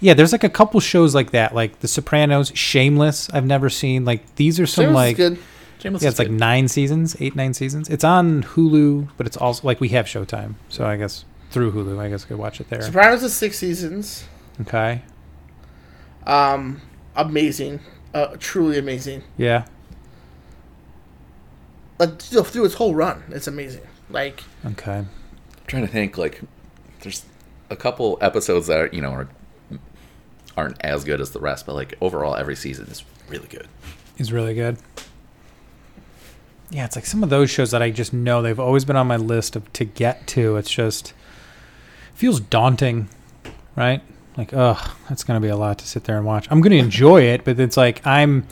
Speaker 2: yeah, there's like a couple shows like that, like The Sopranos, Shameless. I've never seen. Like these are some
Speaker 3: It was
Speaker 2: like
Speaker 3: good.
Speaker 1: James
Speaker 2: yeah, it's like nine seasons, eight nine seasons. It's on Hulu, but it's also like we have Showtime, so I guess through Hulu, I guess I could watch it there.
Speaker 3: Sopranos is six seasons.
Speaker 2: Okay,
Speaker 3: Um, amazing, uh, truly amazing.
Speaker 2: yeah,
Speaker 3: Like th- through its whole run, it's amazing. Like
Speaker 2: okay.
Speaker 1: trying to think like there's a couple episodes that are, you know are, aren't as good as the rest but like overall every season is really good
Speaker 2: is really good. Yeah, it's like some of those shows that I just know they've always been on my list of to get to. It's just feels daunting, right? Like, ugh, that's gonna be a lot to sit there and watch. I'm gonna enjoy it, but it's like I'm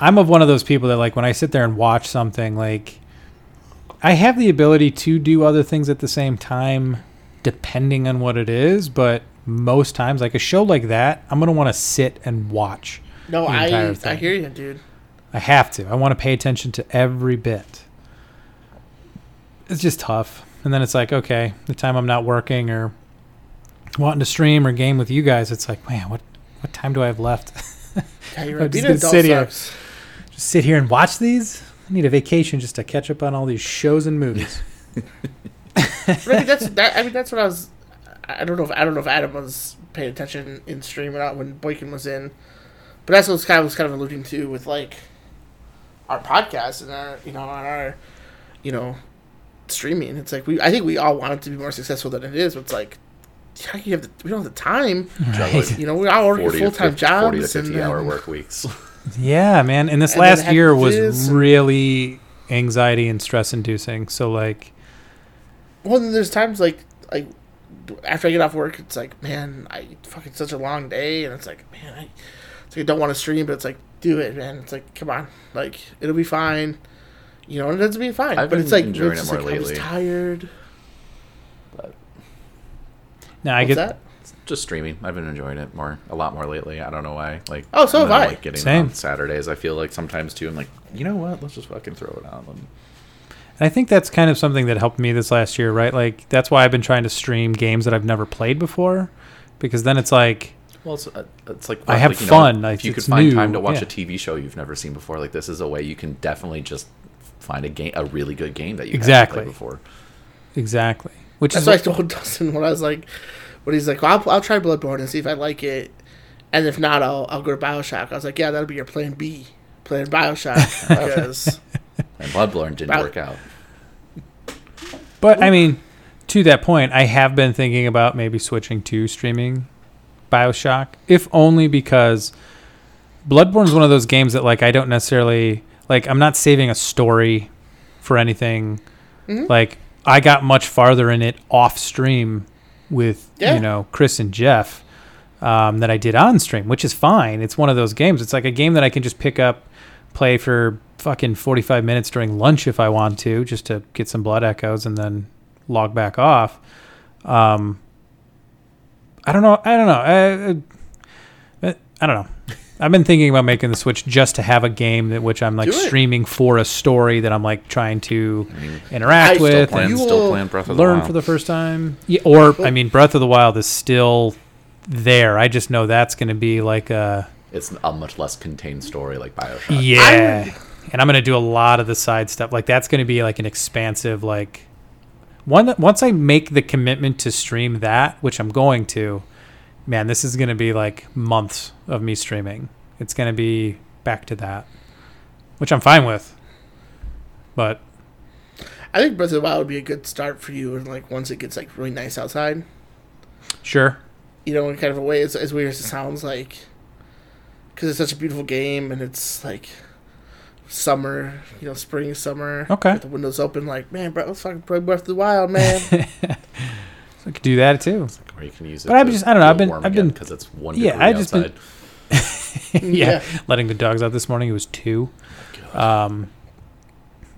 Speaker 2: I'm of one of those people that like when I sit there and watch something, like I have the ability to do other things at the same time, depending on what it is, but most times like a show like that, I'm gonna wanna sit and watch.
Speaker 3: no,
Speaker 2: The entire
Speaker 3: I I
Speaker 2: thing.
Speaker 3: hear you, dude.
Speaker 2: I have to. I want to pay attention to every bit. It's just tough. And then it's like, okay, the time I'm not working or wanting to stream or game with you guys, it's like, man, what what time do I have left?
Speaker 3: Yeah, you're
Speaker 2: I'm
Speaker 3: right.
Speaker 2: just
Speaker 3: Being an
Speaker 2: gonna
Speaker 3: adult
Speaker 2: sit here.
Speaker 3: sucks.
Speaker 2: just sit here and watch these? I need a vacation just to catch up on all these shows and movies.
Speaker 3: But I mean, that's that. I mean, that's what I was. I I don't know if I don't know if Adam was paying attention in stream or not when Boykin was in, but that's what was kind of was kind of alluding to with like our podcast and our you know on our you know streaming. It's like we I think we all want it to be more successful than it is. But it's like how can you have the, we don't have the time.
Speaker 1: Juggling
Speaker 3: You know we all working
Speaker 1: 40 to
Speaker 3: full time
Speaker 1: 50 40 to
Speaker 3: jobs and
Speaker 1: 50 hour
Speaker 3: um,
Speaker 1: work weeks
Speaker 2: Yeah, man. And this
Speaker 3: And then
Speaker 2: last
Speaker 3: had
Speaker 2: year
Speaker 3: this
Speaker 2: was
Speaker 3: and-
Speaker 2: really anxiety and stress inducing. So like
Speaker 3: Well, then there's times like like after I get off work, it's like man, I fucking such a long day, and it's like man, I, it's like I don't want to stream, but it's like do it, man. It's like come on, like it'll be fine, you know. And it ends up being fine,
Speaker 1: I've
Speaker 3: but
Speaker 1: been
Speaker 3: it's like
Speaker 1: enjoying
Speaker 3: it's
Speaker 1: it
Speaker 3: just
Speaker 1: more
Speaker 3: like, I was
Speaker 1: lately.
Speaker 3: tired.
Speaker 2: now I
Speaker 3: What's
Speaker 2: get
Speaker 3: that?
Speaker 1: just streaming i've been enjoying it more a lot more lately i don't know why like
Speaker 3: Oh, so
Speaker 1: and
Speaker 3: have
Speaker 1: then,
Speaker 3: I.
Speaker 1: like getting
Speaker 2: Same.
Speaker 1: it on saturdays i feel like sometimes too i'm like you know what let's just fucking throw it on and
Speaker 2: And I think that's kind of something that helped me this last year, right? Like that's why I've been trying to stream games that I've never played before, because then it's like,
Speaker 1: well it's, uh, it's like
Speaker 2: I have
Speaker 1: like,
Speaker 2: fun, like,
Speaker 1: if you could
Speaker 2: it's
Speaker 1: find
Speaker 2: new,
Speaker 1: time to watch
Speaker 2: yeah.
Speaker 1: a tv show you've never seen before like this is a way you can definitely just find a game a really good game that you
Speaker 2: Exactly.
Speaker 1: haven't played before
Speaker 2: exactly, which
Speaker 3: That's
Speaker 2: is
Speaker 3: what I told Dustin when I was like, when he's like, well, I'll, I'll try Bloodborne and see if I like it, and if not, I'll I'll go to Bioshock. I was like, yeah, that'll be your plan B, playing Bioshock because
Speaker 1: and bloodborne didn't
Speaker 3: Wow.
Speaker 1: work out
Speaker 2: But I mean, to that point, I have been thinking about maybe switching to streaming BioShock, if only because Bloodborne's one of those games that like I don't necessarily like I'm not saving a story for anything. Like I got much farther in it off stream with
Speaker 3: Yeah.
Speaker 2: you know Chris and Jeff um, that I did on stream, which is fine. It's one of those games. It's like a game that I can just pick up, play for fucking 45 minutes during lunch if I want to, just to get some blood echoes and then log back off. Um, I don't know. I don't know. I, I, I don't know. I've been thinking about making the switch just to have a game that which I'm like
Speaker 3: Do it.
Speaker 2: streaming for a story that I'm like trying to
Speaker 1: mean,
Speaker 2: interact
Speaker 3: I-
Speaker 1: still
Speaker 2: with
Speaker 1: playing,
Speaker 3: You
Speaker 1: still
Speaker 3: will
Speaker 1: playing Breath of
Speaker 2: and
Speaker 1: the
Speaker 2: learn
Speaker 1: Wild.
Speaker 2: for the first time. Yeah, or I mean, Breath of the Wild is still there. I just know that's going to be like a
Speaker 1: it's a much less contained story like Bioshock.
Speaker 2: yeah. Uh, and I'm going to do a lot of the side stuff. Like that's going to be like an expansive like one that once I make the commitment to stream that, which I'm going to, man, this is going to be like months of me streaming. It's going to be back to that, which I'm fine with. But
Speaker 3: I think Breath of the Wild would be a good start for you, and like once it gets like really nice outside,
Speaker 2: Sure.
Speaker 3: you know, in kind of a way, as, as weird as it sounds, like, because it's such a beautiful game and it's like summer, you know, spring, summer.
Speaker 2: Okay.
Speaker 3: With the windows open, like, man, bro, let's fucking play Breath of the Wild, man.
Speaker 2: So I could do that too.
Speaker 1: Or you can use it.
Speaker 2: But I've just- I don't know, I've been- I've been-
Speaker 1: because it's one
Speaker 2: Yeah,
Speaker 1: degree
Speaker 2: I've just been-
Speaker 1: outside.
Speaker 2: yeah. letting the dogs out this morning. It was two. Um,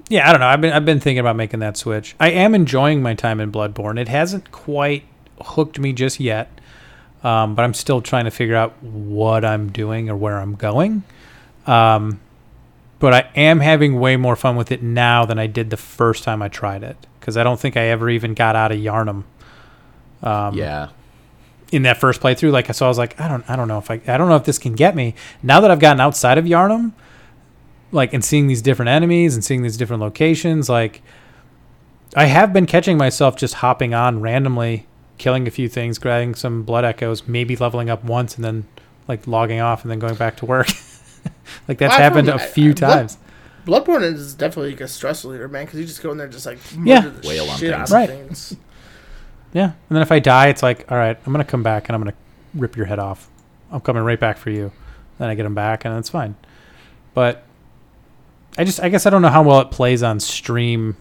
Speaker 2: yeah, I don't know. I've been I've been thinking about making that switch. I am enjoying my time in Bloodborne. It hasn't quite hooked me just yet, um, but I'm still trying to figure out what I'm doing or where I'm going. Um, but I am having way more fun with it now than I did the first time I tried it because I don't think I ever even got out of Yarnum. Um,
Speaker 1: yeah,
Speaker 2: in that first playthrough, like I saw, I was like, I don't, I don't know if I, I don't know if this can get me. Now that I've gotten outside of Yarnum, like and seeing these different enemies and seeing these different locations, like I have been catching myself just hopping on randomly, killing a few things, grabbing some blood echoes, maybe leveling up once, and then like logging off and then going back to work. like that's
Speaker 3: Well, I
Speaker 2: happened a
Speaker 3: found- I-
Speaker 2: few
Speaker 3: I- blood-
Speaker 2: times.
Speaker 3: Bloodborne is definitely like a stress reliever, man, because you just go in there and just like
Speaker 2: Yeah.
Speaker 3: murder the
Speaker 1: Wail on
Speaker 3: shit out
Speaker 1: things.
Speaker 3: of
Speaker 2: Right.
Speaker 3: things.
Speaker 2: Yeah. And then if I die, it's like, all right, I'm going to come back and I'm going to rip your head off. I'm coming right back for you. Then I get him back and it's fine. But I just, I guess I don't know how well it plays on stream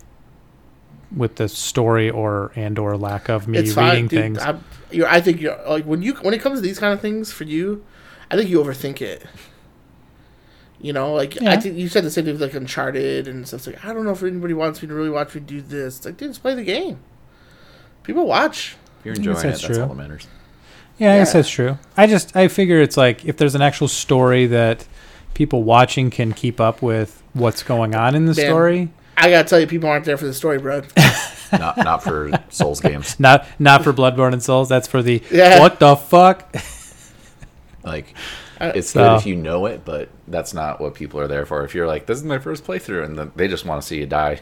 Speaker 2: with the story or, and or lack of me
Speaker 3: it's
Speaker 2: reading
Speaker 3: fine, dude.
Speaker 2: things.
Speaker 3: I, you're, I think you're like when you when it comes to these kind of things for you, I think you overthink it. You know, like I
Speaker 2: Yeah.
Speaker 3: think you said the same thing with like Uncharted and stuff. It's like I don't know if anybody wants me to really watch me do this. It's like, dude, just play the game. People watch.
Speaker 1: if you're enjoying it,
Speaker 2: that's
Speaker 1: that's
Speaker 2: true.
Speaker 1: all that matters.
Speaker 2: Yeah, I guess
Speaker 3: Yeah.
Speaker 2: that's true. I just I figure it's like if there's an actual story that people watching can keep up with what's going on in the
Speaker 3: Man.
Speaker 2: story.
Speaker 3: I gotta tell you, people aren't there for the story, bro.
Speaker 1: Not not for Souls games.
Speaker 2: Not not for Bloodborne and Souls, that's for the
Speaker 3: Yeah.
Speaker 2: what the fuck?
Speaker 1: Like
Speaker 3: I-
Speaker 1: it's
Speaker 2: So-
Speaker 1: good if you know it, but that's not what people are there for. If you're like, this is my first playthrough, and then they just want to see you die.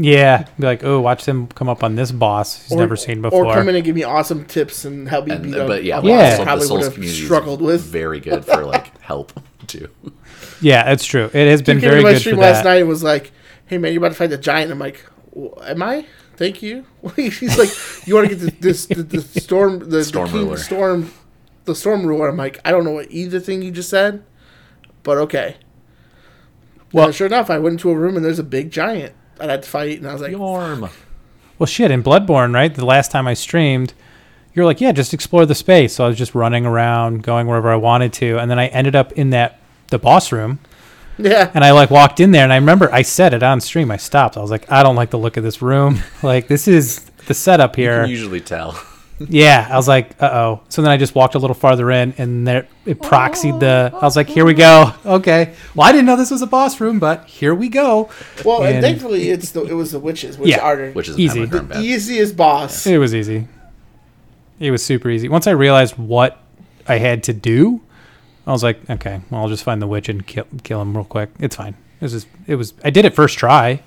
Speaker 2: Yeah, be like, oh, watch them come up on this boss he's never seen before.
Speaker 3: Or come in and give me awesome tips and help me
Speaker 1: And uh,
Speaker 3: beat up.
Speaker 1: but yeah,
Speaker 3: a
Speaker 1: well,
Speaker 2: Yeah.
Speaker 3: boss
Speaker 1: also the
Speaker 3: I probably would
Speaker 1: Souls
Speaker 3: have
Speaker 1: community is
Speaker 3: struggled with.
Speaker 1: very good for like help too.
Speaker 2: yeah, it's true. It has been
Speaker 3: Dude came
Speaker 2: very
Speaker 3: to my
Speaker 2: good for
Speaker 3: stream
Speaker 2: that.
Speaker 3: last night and was like, "Hey man, you're about to fight the giant." I'm like, "W- "Am I? Thank you." He's like, "You want to get this, this the, the storm the the
Speaker 1: Storm
Speaker 3: king-
Speaker 1: ruler.
Speaker 3: storm the storm ruler?" I'm like, "I don't know what either thing you just said, but okay." Well,
Speaker 2: Well-
Speaker 3: sure enough, I went into a room and there's a big giant that I had to fight, and I was like,
Speaker 1: Yorm.
Speaker 2: Well, shit, in Bloodborne, right? The last time I streamed, you're like, yeah, just explore the space. So I was just running around, going wherever I wanted to, and then I ended up in that the boss room,
Speaker 3: "Yeah."
Speaker 2: and I like walked in there, and I remember I said it on stream. I stopped. I was like, I don't like the look of this room. like this is the setup
Speaker 1: You
Speaker 2: here.
Speaker 1: can usually tell.
Speaker 2: Yeah, I was like, uh oh. So then I just walked a little farther in, and there it proxied the. I was like, here we go. Okay. Well, I didn't know this was a boss room, but here we go.
Speaker 3: Well, and,
Speaker 2: And-
Speaker 3: thankfully, it's the it was the witches, which
Speaker 2: Yeah.
Speaker 3: are
Speaker 1: which is
Speaker 2: Easy.
Speaker 1: easy.
Speaker 3: the easiest boss.
Speaker 2: It was easy. It was super easy. Once I realized what I had to do, I was like, okay, well, I'll just find the witch and kill kill him real quick. It's fine. It was just, it was. I did it first try. I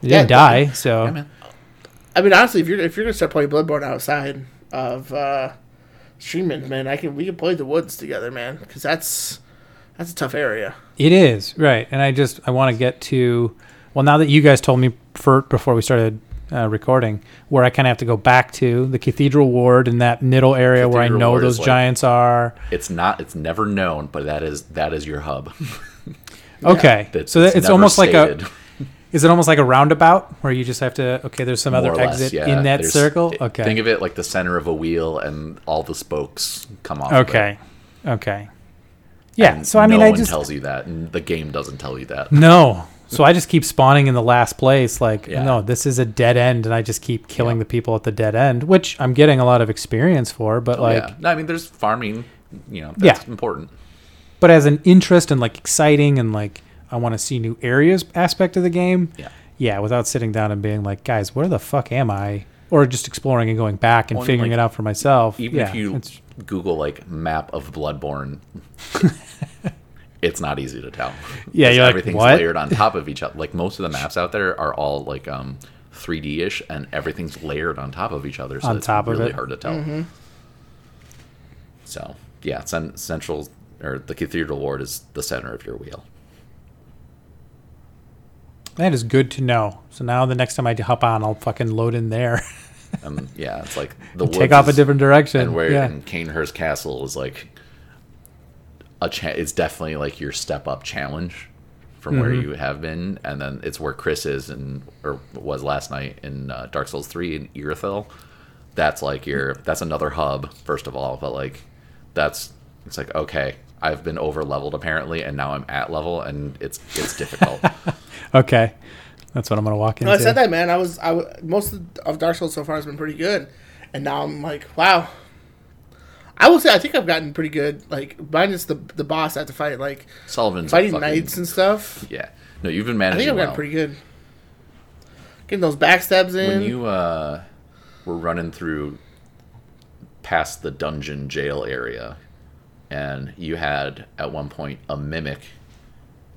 Speaker 3: Yeah,
Speaker 2: didn't die, so
Speaker 1: Yeah, man.
Speaker 3: I mean, honestly, if you're if you're gonna start playing Bloodborne outside of uh, streaming, man, I can we can play the woods together, man, because that's that's a tough area.
Speaker 2: It is right, and I just I want to get to well now that you guys told me for before we started uh, recording where I kind of have to go back to the Cathedral Ward and that middle area where I
Speaker 1: Cathedral
Speaker 2: know
Speaker 1: Ward
Speaker 2: those
Speaker 1: is like-
Speaker 2: giants are.
Speaker 3: e-
Speaker 1: It's not. It's never known, but that is that is your hub.
Speaker 2: Okay,
Speaker 1: That-
Speaker 2: so that, it's
Speaker 1: never
Speaker 2: almost like
Speaker 1: stated.
Speaker 2: a is it almost like a roundabout where you just have to okay there's some
Speaker 1: More
Speaker 2: other
Speaker 1: or less,
Speaker 2: exit
Speaker 1: yeah.
Speaker 2: in that
Speaker 1: There's-
Speaker 2: circle.
Speaker 1: it-
Speaker 2: Okay,
Speaker 1: Think of it like the center of a wheel, and all the spokes come off. of it.
Speaker 2: okay, okay, yeah.
Speaker 1: And
Speaker 2: so I mean,
Speaker 1: no
Speaker 2: I
Speaker 1: one
Speaker 2: just
Speaker 1: tells you that, and the game doesn't tell you that.
Speaker 2: No. So I just keep spawning in the last place. Like,
Speaker 1: Yeah.
Speaker 2: no, this is a dead end, and I just keep killing the people at the dead end, which I'm getting a lot of experience for. But like,
Speaker 1: Oh, yeah, no, I mean, there's farming. You know,
Speaker 2: Yeah.
Speaker 1: that's important.
Speaker 2: but as an interest and like exciting and like I want to see new areas aspect of the game.
Speaker 1: Yeah.
Speaker 2: Yeah, without sitting down and being like, guys, where the fuck am I? Or just exploring and going back and
Speaker 1: Well, and,
Speaker 2: figuring
Speaker 1: like,
Speaker 2: it out for myself.
Speaker 1: Even
Speaker 2: yeah,
Speaker 1: if you
Speaker 2: it's-
Speaker 1: Google like map of Bloodborne, it's not easy to tell.
Speaker 2: Yeah,
Speaker 1: 'Cause
Speaker 2: you're like,
Speaker 1: everything's
Speaker 2: "What?"
Speaker 1: layered on top of each other. Like most of the maps out there are all like um 3D ish, and everything's layered on top of each other. So
Speaker 2: On
Speaker 1: it's
Speaker 2: top of
Speaker 1: really
Speaker 2: it.
Speaker 1: hard to tell. So yeah, cen- central or the Cathedral Ward is the center of your wheel.
Speaker 2: that is good to know. So now the next time I hop on, I'll fucking load in there.
Speaker 1: and yeah, it's like the
Speaker 2: take
Speaker 1: woods
Speaker 2: off a
Speaker 1: is-
Speaker 2: different direction.
Speaker 1: and where
Speaker 2: yeah.
Speaker 1: in Kanehurst Castle is like a cha- it's definitely like your step up challenge from where
Speaker 3: Mm-hmm.
Speaker 1: you have been, and then it's where Chris is and or was last night in uh, Dark Souls three in Irithyll. That's like your that's another hub first of all, but like that's it's like okay, I've been over leveled apparently, and now I'm at level, and it's it's difficult.
Speaker 2: Okay, that's what I'm gonna walk into.
Speaker 3: No, I said that, man. I was, I w- most of- of Dark Souls so far has been pretty good, and now I'm like, wow. I will say, I think I've gotten pretty good. Like minus the the boss I have to fight, like
Speaker 1: Sullivan's a
Speaker 3: fighting
Speaker 1: fucking-
Speaker 3: knights and stuff.
Speaker 1: yeah, no, you've been
Speaker 3: I
Speaker 1: managing.
Speaker 3: think I've gotten
Speaker 1: well.
Speaker 3: pretty good. Getting those backstabs in.
Speaker 1: when you uh, were running through past the dungeon jail area and you had at one point a mimic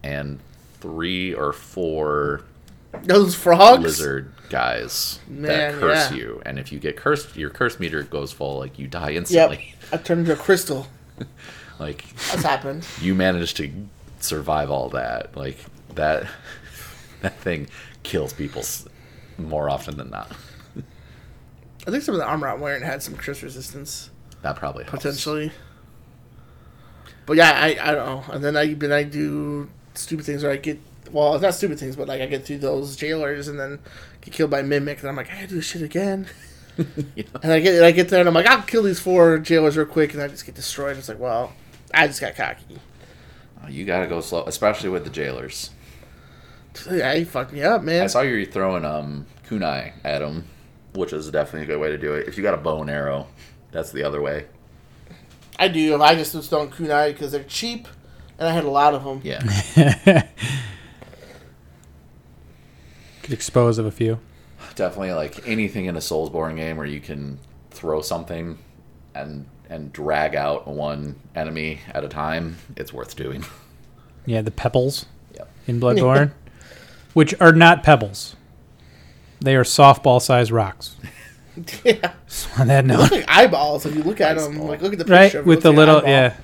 Speaker 1: and three or four
Speaker 3: those frogs.
Speaker 1: lizard guys
Speaker 3: Man,
Speaker 1: that curse
Speaker 3: yeah.
Speaker 1: you and if you get cursed your curse meter goes full like you die
Speaker 3: Yep.
Speaker 1: instantly
Speaker 3: I turned into a crystal.
Speaker 1: like
Speaker 3: That's happened.
Speaker 1: you managed to survive all that like that that thing kills people s- more often than not
Speaker 3: I think some of the armor I'm wearing had some curse resistance
Speaker 1: that probably helps.
Speaker 3: potentially. But yeah, I I don't know. And then I then I do stupid things where I get well, it's not stupid things, but like I get through those jailers and then get killed by mimic, and I'm like, I gotta do this shit again. And I get I get there and I'm like, I'll kill these four jailers real quick, and I just get destroyed. It's like, well, I just got cocky.
Speaker 1: You gotta go slow, especially with the jailers.
Speaker 3: Yeah, he fucked me up, man.
Speaker 1: I saw you were throwing um kunai at him, which is definitely a good way to do it. If you got a bow and arrow, that's the other way.
Speaker 3: I do. I just was throwing kunai because they're cheap, and I had a lot of them.
Speaker 1: Yeah,
Speaker 2: Could expose of a few.
Speaker 1: definitely like anything in a Soulsborne game where you can throw something and and drag out one enemy at a time, it's worth doing.
Speaker 2: Yeah, the pebbles
Speaker 1: Yep.
Speaker 2: in Bloodborne, which are not pebbles. They are softball sized rocks.
Speaker 3: Yeah.
Speaker 2: Just want that
Speaker 3: Look
Speaker 2: note.
Speaker 3: like eyeballs if you look at them.
Speaker 1: Eyeball.
Speaker 3: Like look at the picture.
Speaker 2: right?
Speaker 3: of it,
Speaker 2: With
Speaker 3: looks
Speaker 2: the
Speaker 3: like
Speaker 2: little,
Speaker 3: eyeball.
Speaker 2: yeah.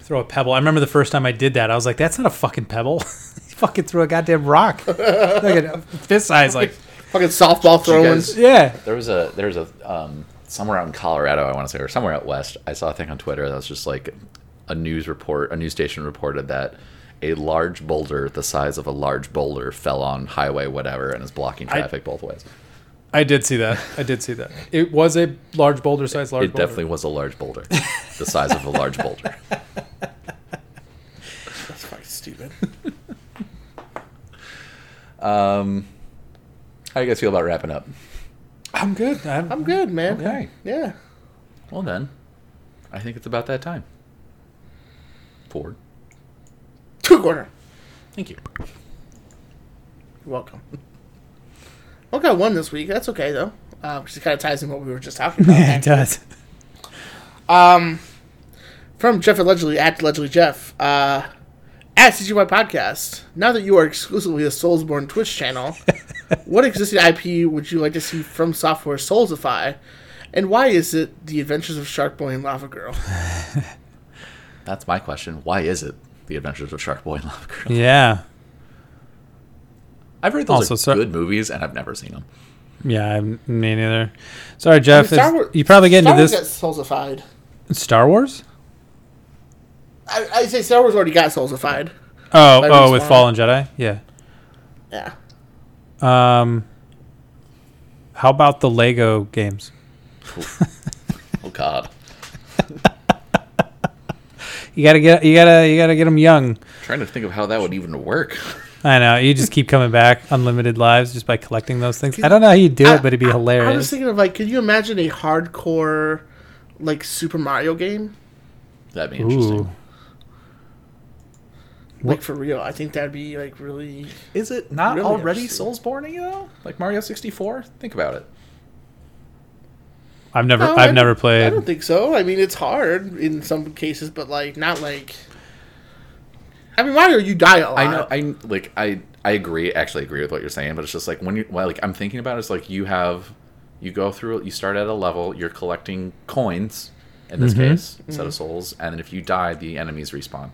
Speaker 2: Throw a pebble. I remember the first time I did that, I was like, that's not a fucking pebble. you fucking threw a goddamn rock. Look at fist size, like,
Speaker 3: Fucking softball
Speaker 1: you
Speaker 3: throwing.
Speaker 1: guys-
Speaker 2: yeah.
Speaker 1: There was a there was a um, somewhere out in Colorado, I want to say, or somewhere out west. I saw a thing on Twitter that was just like a news report. A news station reported that a large boulder, the size of a large boulder, fell on highway whatever and is blocking traffic both ways.
Speaker 2: I did see that. I did see that. It was a large boulder sized large
Speaker 1: It definitely was a large boulder, the size of a large boulder.
Speaker 3: That's fucking stupid.
Speaker 1: Um, How do you guys feel about wrapping up?
Speaker 2: I'm good. I'm,
Speaker 3: I'm good, man.
Speaker 1: Okay.
Speaker 3: Yeah.
Speaker 1: Well then, I think it's about that time. Ford,
Speaker 3: Two corner.
Speaker 1: thank you.
Speaker 3: You're welcome. Well, got one this week. That's okay though. Uh, 'cause it kind of ties in what we were just talking about.
Speaker 2: it
Speaker 3: actually.
Speaker 2: does.
Speaker 3: From Jeff allegedly at allegedly Jeff uh, at CGY Podcast. Now that you are exclusively a Soulsborne Twitch channel, what existing IP would you like to see from Software Soulsify, and why is it The Adventures of Shark Boy and Lava Girl?
Speaker 1: That's my question. Why is it the Adventures of Shark Boy and Lava Girl?
Speaker 2: Yeah.
Speaker 1: I've heard those
Speaker 2: Also,
Speaker 1: are
Speaker 2: so-
Speaker 1: good movies, and I've never seen them.
Speaker 2: Yeah, I'm, me neither. Sorry, Jeff. it's-
Speaker 3: War-
Speaker 2: you probably get
Speaker 3: Star
Speaker 2: into
Speaker 3: Wars
Speaker 2: this.
Speaker 3: got Soulsified.
Speaker 2: Star Wars?
Speaker 3: I, I say Star Wars already got Soulsified.
Speaker 2: Oh,
Speaker 3: By
Speaker 2: oh, with
Speaker 3: Respawn.
Speaker 2: Fallen Jedi? Yeah.
Speaker 3: Yeah.
Speaker 2: Um, how about the Lego games?
Speaker 1: Oh God.
Speaker 2: You gotta get you gotta you gotta get them young.
Speaker 1: Trying to think of how that would even work.
Speaker 2: I know you just keep coming back, unlimited lives, just by collecting those things. I don't know how you do
Speaker 3: I-
Speaker 2: it, but it'd be
Speaker 3: I- I was
Speaker 2: hilarious.
Speaker 3: thinking of like, could you imagine a hardcore like Super Mario game?
Speaker 1: That'd be interesting.
Speaker 2: Ooh,
Speaker 3: Like for real, I think that'd be like really.
Speaker 1: Is it not
Speaker 3: Really
Speaker 1: already
Speaker 3: interesting.
Speaker 1: Soulsborne though? Like Mario sixty four? Think about it.
Speaker 2: I've never
Speaker 3: No, I
Speaker 2: I've
Speaker 3: don't-
Speaker 2: never
Speaker 3: I
Speaker 2: played.
Speaker 3: don't think so. I mean, it's hard in some cases, but like not like. I mean, Mario, you die a lot.
Speaker 1: I know. I like. I I agree. Actually, agree with what you're saying. But it's just like when you well, like I'm thinking about it, it's like you have you go through. You start at a level. You're collecting coins in this
Speaker 2: Mm-hmm.
Speaker 1: case instead of souls, and then if you die, the enemies respawn.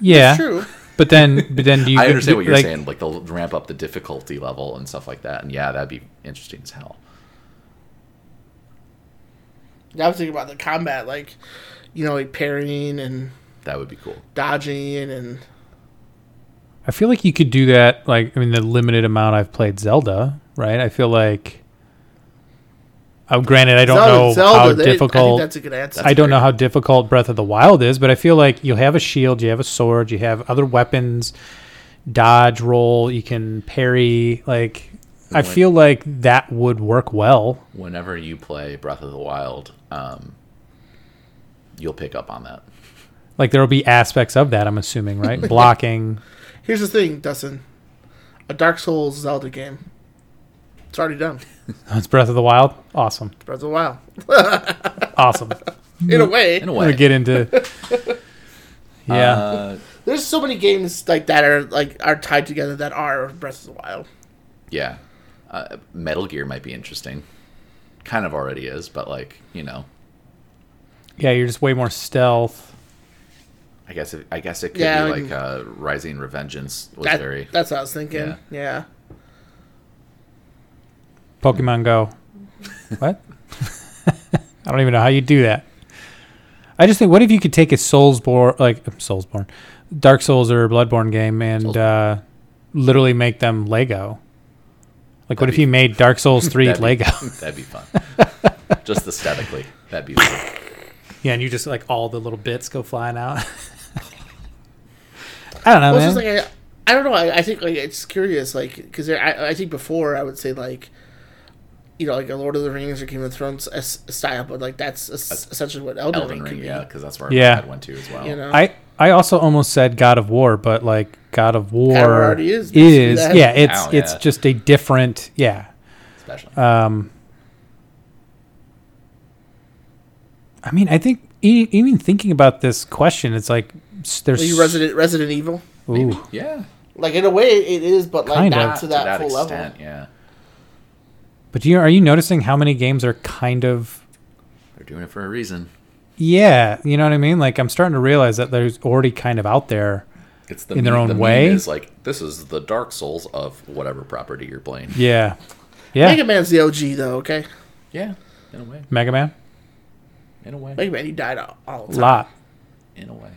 Speaker 2: Yeah,
Speaker 3: True.
Speaker 2: But then, but then do you
Speaker 1: I understand what you're
Speaker 2: like,
Speaker 1: saying, like they'll ramp up the difficulty level and stuff like that. And yeah, that'd be interesting as hell.
Speaker 3: I was thinking about the combat, like, you know, like parrying and
Speaker 1: That would be cool.
Speaker 3: dodging and
Speaker 2: I feel like you could do that. Like, I mean, the limited amount I've played Zelda, right? I feel like. Oh, granted, I don't know how
Speaker 3: they- I think
Speaker 2: difficult.
Speaker 3: that's a good answer.
Speaker 2: I don't know how difficult Breath of the Wild is, but I feel like you'll have a shield, you have a sword, you have other weapons, dodge, roll, you can parry. Like, I
Speaker 1: Right.
Speaker 2: feel like that would work well.
Speaker 1: Whenever you play Breath of the Wild, um, you'll pick up on that.
Speaker 2: Like, there will be aspects of that, I'm assuming, right? Blocking.
Speaker 3: Here's the thing, Dustin. A Dark Souls Zelda game. It's already done.
Speaker 2: It's Breath of the Wild. Awesome.
Speaker 3: It's Breath of the Wild.
Speaker 2: Awesome.
Speaker 3: In a way.
Speaker 1: Mm, In a
Speaker 2: I'm going
Speaker 1: way,
Speaker 2: to get into. Yeah.
Speaker 1: Uh,
Speaker 3: There's so many games like that are like are tied together that are Breath of the Wild.
Speaker 1: yeah, uh, Metal Gear might be interesting. Kind of already is, but like you know,
Speaker 2: yeah, you're just way more stealth.
Speaker 1: I guess it, I guess it could
Speaker 3: Yeah,
Speaker 1: be
Speaker 3: like-
Speaker 1: like uh, Rising Revengeance was
Speaker 3: That-
Speaker 1: very
Speaker 3: that's what I was thinking. Yeah.
Speaker 1: Yeah.
Speaker 2: Pokemon Go.
Speaker 3: Mm-hmm.
Speaker 2: What? I don't even know how you do that. I just think, what if you could take a Soulsborne, like um, Soulsborne, Dark Souls or Bloodborne game, and uh, literally make them Lego? Like, what
Speaker 1: That'd
Speaker 2: if you made Dark Souls Three
Speaker 1: that'd be-
Speaker 2: Lego?
Speaker 1: that'd be fun. Just aesthetically, that'd be. Fun.
Speaker 2: yeah, and you just like all the little bits go flying out. I don't know,
Speaker 3: Well, it's
Speaker 2: man.
Speaker 3: just like I, I don't know. I, I think like it's curious, like because I, I think before I would say like, you know, like a Lord of the Rings or Game of Thrones es- style, but like that's es- essentially what Elden,
Speaker 1: Elden
Speaker 3: Ring
Speaker 1: Ring,
Speaker 3: could
Speaker 1: yeah,
Speaker 3: be.
Speaker 1: because that's where
Speaker 2: Yeah.
Speaker 1: my dad went to as well.
Speaker 3: You know,
Speaker 2: I I also almost said God of War, but like God of War
Speaker 3: already is basically
Speaker 2: is
Speaker 3: that.
Speaker 2: yeah, it's
Speaker 1: Now,
Speaker 2: it's
Speaker 1: yeah.
Speaker 2: just a different yeah.
Speaker 1: especially.
Speaker 2: Uh, I mean, I think e- even thinking about this question, it's like s- there's
Speaker 3: Are you Resident Resident Evil?
Speaker 2: Ooh,
Speaker 1: yeah,
Speaker 3: Like in a way, it is, but like
Speaker 2: Kind
Speaker 3: not
Speaker 2: of.
Speaker 3: to
Speaker 2: To
Speaker 3: that,
Speaker 1: to that
Speaker 3: full
Speaker 1: extent,
Speaker 3: level.
Speaker 1: yeah.
Speaker 2: but do you are you noticing how many games are kind of
Speaker 1: They're doing it for a reason.
Speaker 2: yeah, you know what I mean? Like I'm starting to realize that there's already kind of out there.
Speaker 1: It's the
Speaker 2: In their
Speaker 1: meme-
Speaker 2: own
Speaker 1: the meme
Speaker 2: way?
Speaker 1: Is like this is the Dark Souls of whatever property you're playing.
Speaker 2: Yeah, yeah,
Speaker 3: Mega Man's the OG though. Okay,
Speaker 1: Yeah, in a way,
Speaker 2: Mega Man,
Speaker 1: in a way,
Speaker 3: Mega Man, he died all, all the time.
Speaker 2: lot.
Speaker 1: in a way.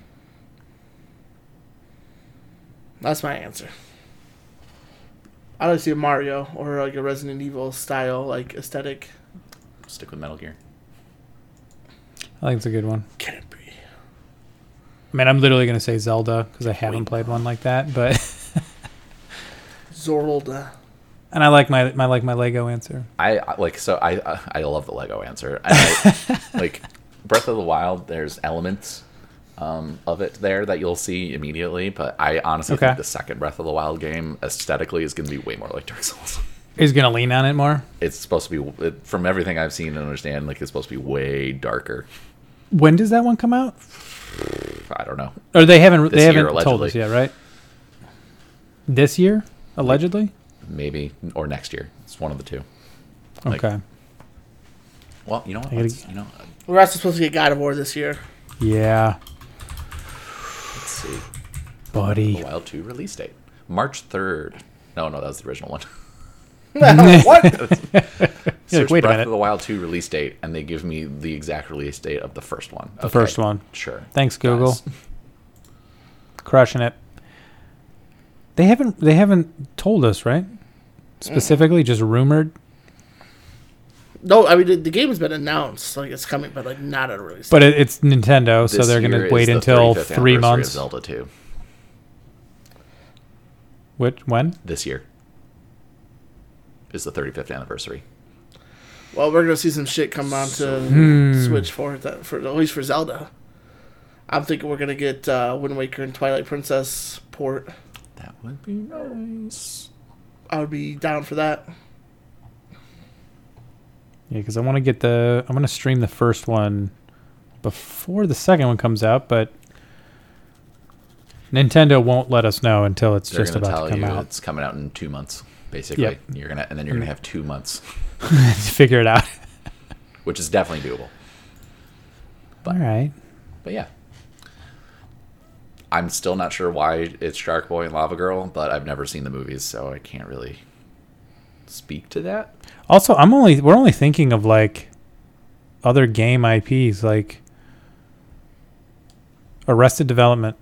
Speaker 3: That's my answer. I like to see a Mario or like a Resident Evil style like aesthetic.
Speaker 1: Stick with Metal Gear.
Speaker 2: I think it's a good one.
Speaker 3: Can it be?
Speaker 2: I mean, I'm literally gonna say Zelda because I haven't played one like that, but
Speaker 3: Zorlda.
Speaker 2: and I like my my like my Lego answer.
Speaker 1: I I- like so I I- I love the Lego answer. I, like- like Breath of the Wild, there's elements um, of it there that you'll see immediately, but I honestly
Speaker 2: Okay.
Speaker 1: think the second Breath of the Wild game aesthetically is going to be way more like Dark Souls.
Speaker 2: Is gonna lean on it more.
Speaker 1: It's supposed to be it- from everything I've seen and understand, like it's supposed to be way darker.
Speaker 2: When does that one come out?
Speaker 1: I don't know.
Speaker 2: Or they haven't they
Speaker 1: This year,
Speaker 2: haven't told us
Speaker 1: allegedly.
Speaker 2: yet, right? This year, allegedly.
Speaker 1: Maybe or next year. It's one of the two. Like-
Speaker 2: Okay.
Speaker 1: Well, you know what?
Speaker 2: I gotta-
Speaker 1: Let's- you know,
Speaker 3: We're also supposed to get God of War this year.
Speaker 2: Yeah,
Speaker 1: let's see. The
Speaker 2: buddy.
Speaker 1: Wild 2 release date. March 3rd. No, no, that was the original one.
Speaker 3: what?
Speaker 2: You're like,
Speaker 1: Search
Speaker 2: "Wait a
Speaker 1: Breath
Speaker 2: minute."
Speaker 1: of the Wild 2 release date, and they give me the exact release date of the first one. The
Speaker 2: first one.
Speaker 1: Sure.
Speaker 2: Thanks, Google.
Speaker 1: Guys.
Speaker 2: Crushing it. They haven't they haven't told us, right?
Speaker 1: Mm.
Speaker 2: Specifically, just rumored.
Speaker 3: No, I mean the, the game has been announced, like it's coming, but like not a release.
Speaker 2: But it, it's Nintendo, so
Speaker 1: This
Speaker 2: they're
Speaker 1: year
Speaker 2: gonna
Speaker 1: is
Speaker 2: wait
Speaker 1: the
Speaker 2: until
Speaker 1: 35th
Speaker 2: three
Speaker 1: anniversary of
Speaker 2: months.
Speaker 1: Zelda 2
Speaker 2: Which when?
Speaker 1: this year is the 35th anniversary.
Speaker 3: well, we're gonna see some shit come on to Switch for that, for at least for Zelda. I'm thinking we're gonna get uh, Wind Waker and Twilight Princess port.
Speaker 1: That would be nice.
Speaker 3: I would be down for that.
Speaker 2: Yeah, because I want to get the I'm gonna stream the first one before the second one comes out, but Nintendo won't let us know until it's
Speaker 1: They're
Speaker 2: just
Speaker 1: going to
Speaker 2: about
Speaker 1: tell
Speaker 2: to come
Speaker 1: you
Speaker 2: out.
Speaker 1: it's coming out in two months, basically.
Speaker 2: Yep. Mm-hmm.
Speaker 1: You're gonna, and then you're going to have two months,
Speaker 2: Figure it out.
Speaker 1: which is definitely doable.
Speaker 2: All right.
Speaker 1: But yeah. I'm still not sure why it's Shark Boy and Lava Girl, but I've never seen the movies, so I can't really speak to that.
Speaker 2: Also, I'm only we're only thinking of like other game IPs like Arrested Development,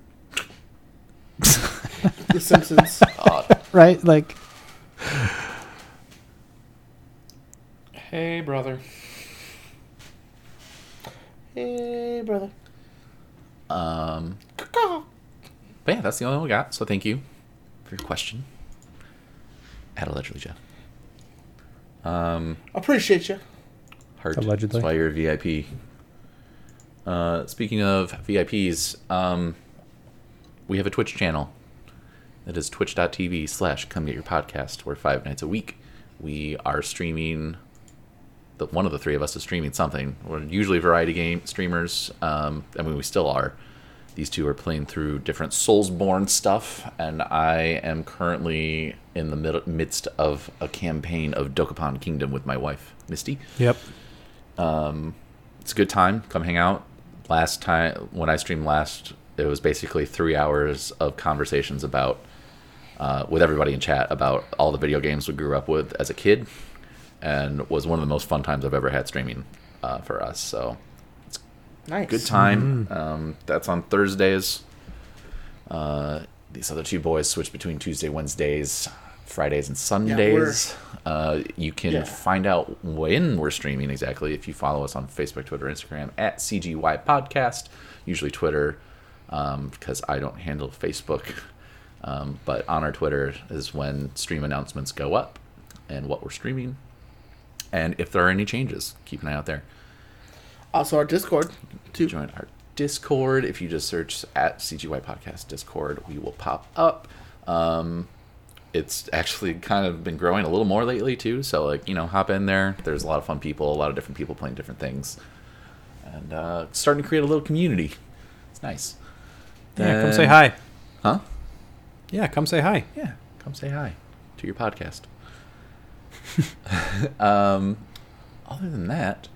Speaker 3: The Simpsons.
Speaker 1: Uh,
Speaker 2: right? Like
Speaker 1: Hey, brother.
Speaker 3: hey, brother.
Speaker 1: Um, but yeah, that's the only one we got. So thank you for your question. At allegedly, Jeff. Um,
Speaker 3: Appreciate you.
Speaker 1: hard.
Speaker 2: Allegedly.
Speaker 1: That's why you're a VIP. Uh, speaking of VIPs, um, we have a Twitch channel. That is twitch.tv slash come get your podcast. We're five nights a week. We are streaming. The, one of the three of us is streaming something. We're usually variety game streamers. Um, I mean, we still are. These two are playing through different Soulsborne stuff, and I am currently in the mid- midst of a campaign of Dokapon Kingdom with my wife, Misty
Speaker 2: Yep.
Speaker 1: it's a good time. Come hang out. Last time when I streamed last, it was basically three hours of conversations about uh, with everybody in chat about all the video games we grew up with as a kid, and was one of the most fun times I've ever had streaming uh, for us. So
Speaker 3: Nice. Mm-hmm.
Speaker 1: good time. Um, that's on Thursdays. Uh, these other two boys switch between Tuesday, Wednesdays, Fridays, and Sundays. uh, you can
Speaker 3: Yeah.
Speaker 1: find out when we're streaming exactly if you follow us on Facebook, Twitter, Instagram at CGY Podcast. Usually Twitter, um, because I don't handle Facebook. Um, but on our Twitter is when stream announcements go up and what we're streaming. And if there are any changes, keep an eye out there
Speaker 3: Also, our Discord. Too.
Speaker 1: join our Discord. If you just search at CGY Podcast Discord, we will pop up. Um, it's actually kind of been growing a little more lately too. So like you know, hop in there. There's a lot of fun people, a lot of different people playing different things, and uh, starting to create a little community. It's nice.
Speaker 2: Yeah, come say
Speaker 1: Then-
Speaker 2: hi.
Speaker 1: Huh?
Speaker 2: Yeah, come say hi.
Speaker 1: Yeah, come say hi to your podcast. um, other than that,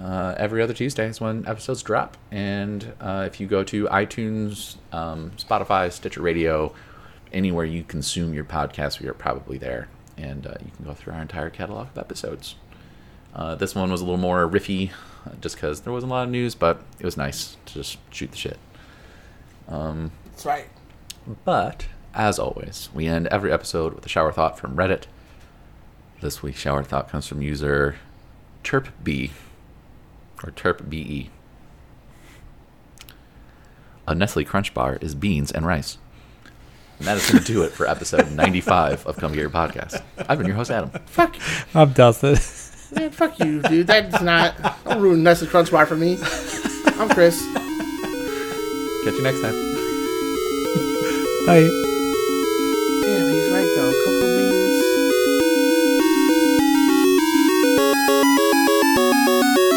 Speaker 1: uh, every other Tuesday is when episodes drop. And uh, if you go to iTunes, um, Spotify, Stitcher Radio, anywhere you consume your podcast, we are probably there. And uh, you can go through our entire catalog of episodes. Uh, this one was a little more riffy uh, just because there wasn't a lot of news, but it was nice to just shoot the shit.
Speaker 3: That's right.
Speaker 1: But as always, we end every episode with a shower thought from Reddit. This week's shower thought comes from user TurpB or TurpBE. A Nestle Crunch Bar is beans and rice. And that is going to do it for episode 95 of Come Get Your Podcast. I've been your host, Adam.
Speaker 3: Fuck,
Speaker 2: I'm Dustin.
Speaker 3: man, fuck you, dude. That's not. Don't ruin Nestle Crunch Bar for me. I'm Chris.
Speaker 1: Catch you next time.
Speaker 2: Bye.
Speaker 3: Damn, he's right though. Cocoa beans.